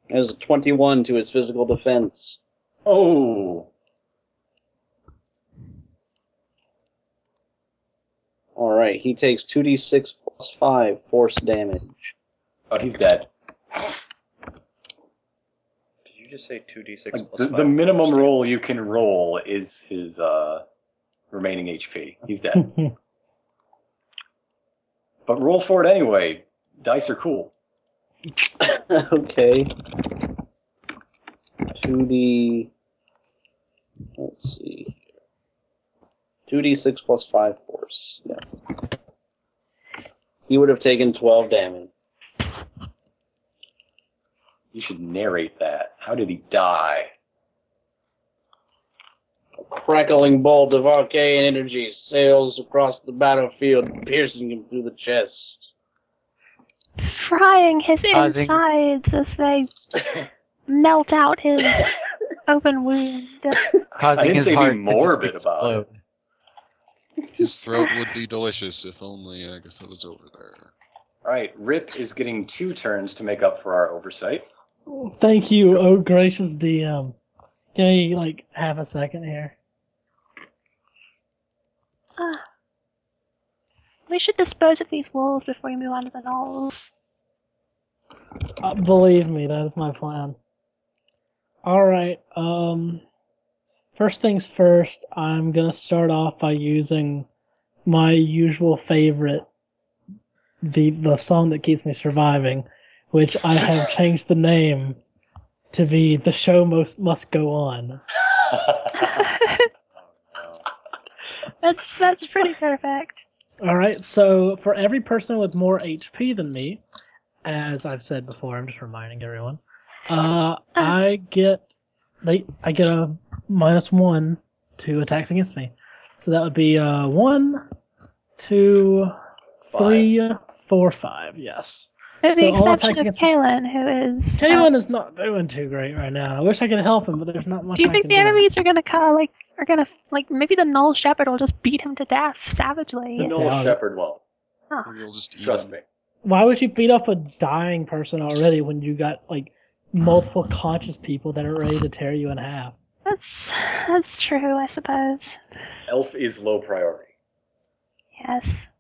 Speaker 5: It was a 21 to his physical defense.
Speaker 2: Oh,
Speaker 5: he takes 2d6 plus 5 force damage.
Speaker 2: Oh, he's dead.
Speaker 9: Did you just say 2d6 plus
Speaker 2: Like, the,
Speaker 9: five?
Speaker 2: the minimum roll you can roll is his uh, remaining HP. He's dead. but roll for it anyway. Dice are cool.
Speaker 5: okay. 2d. Let's see. 2d6 plus 5 force. Yes. He would have taken 12 damage.
Speaker 2: You should narrate that. How did he die?
Speaker 5: A crackling bolt of arcane energy sails across the battlefield, piercing him through the chest.
Speaker 7: Frying his
Speaker 6: Causing-
Speaker 7: insides as they melt out his open wound.
Speaker 2: I
Speaker 6: causing
Speaker 2: didn't
Speaker 6: his
Speaker 2: say be
Speaker 6: heart to
Speaker 2: morbid
Speaker 6: just
Speaker 2: about
Speaker 6: explode.
Speaker 2: it.
Speaker 3: His throat would be delicious if only Agatha was over there.
Speaker 2: All right, Rip is getting two turns to make up for our oversight.
Speaker 8: Thank you, oh gracious DM. Give me like half a second here.
Speaker 7: Ah. We should dispose of these walls before we move on to the knolls.
Speaker 8: Uh, believe me, that is my plan. All right. Um, first things first. I'm gonna start off by using my usual favorite, the the song that keeps me surviving, which I have changed the name to be "The Show Must Must Go On."
Speaker 2: Uh,
Speaker 7: That's that's pretty perfect.
Speaker 8: All right. So for every person with more HP than me, as I've said before, I'm just reminding everyone. Uh, I get they I get a minus one to attacks against me. So that would be uh, one, two, three, four, five. Yes.
Speaker 7: With
Speaker 8: So
Speaker 7: the
Speaker 8: all attacks
Speaker 7: exception of
Speaker 8: against-
Speaker 7: Kalen, who is. uh,
Speaker 8: Kalen is not doing too great right now. I wish I could help him, but there's not much.
Speaker 7: do you
Speaker 8: I
Speaker 7: think
Speaker 8: can
Speaker 7: the enemies are gonna kind like are gonna like maybe the null shepherd will just beat him to death savagely?
Speaker 2: The Noel
Speaker 8: Yeah.
Speaker 2: Shepherd won't.
Speaker 3: Or you'll just eat
Speaker 2: Trust
Speaker 3: him.
Speaker 2: me.
Speaker 8: Why would you beat up a dying person already when you got like multiple conscious people that are ready to tear you in half?
Speaker 7: That's that's true, I suppose.
Speaker 2: Elf is low priority.
Speaker 7: Yes.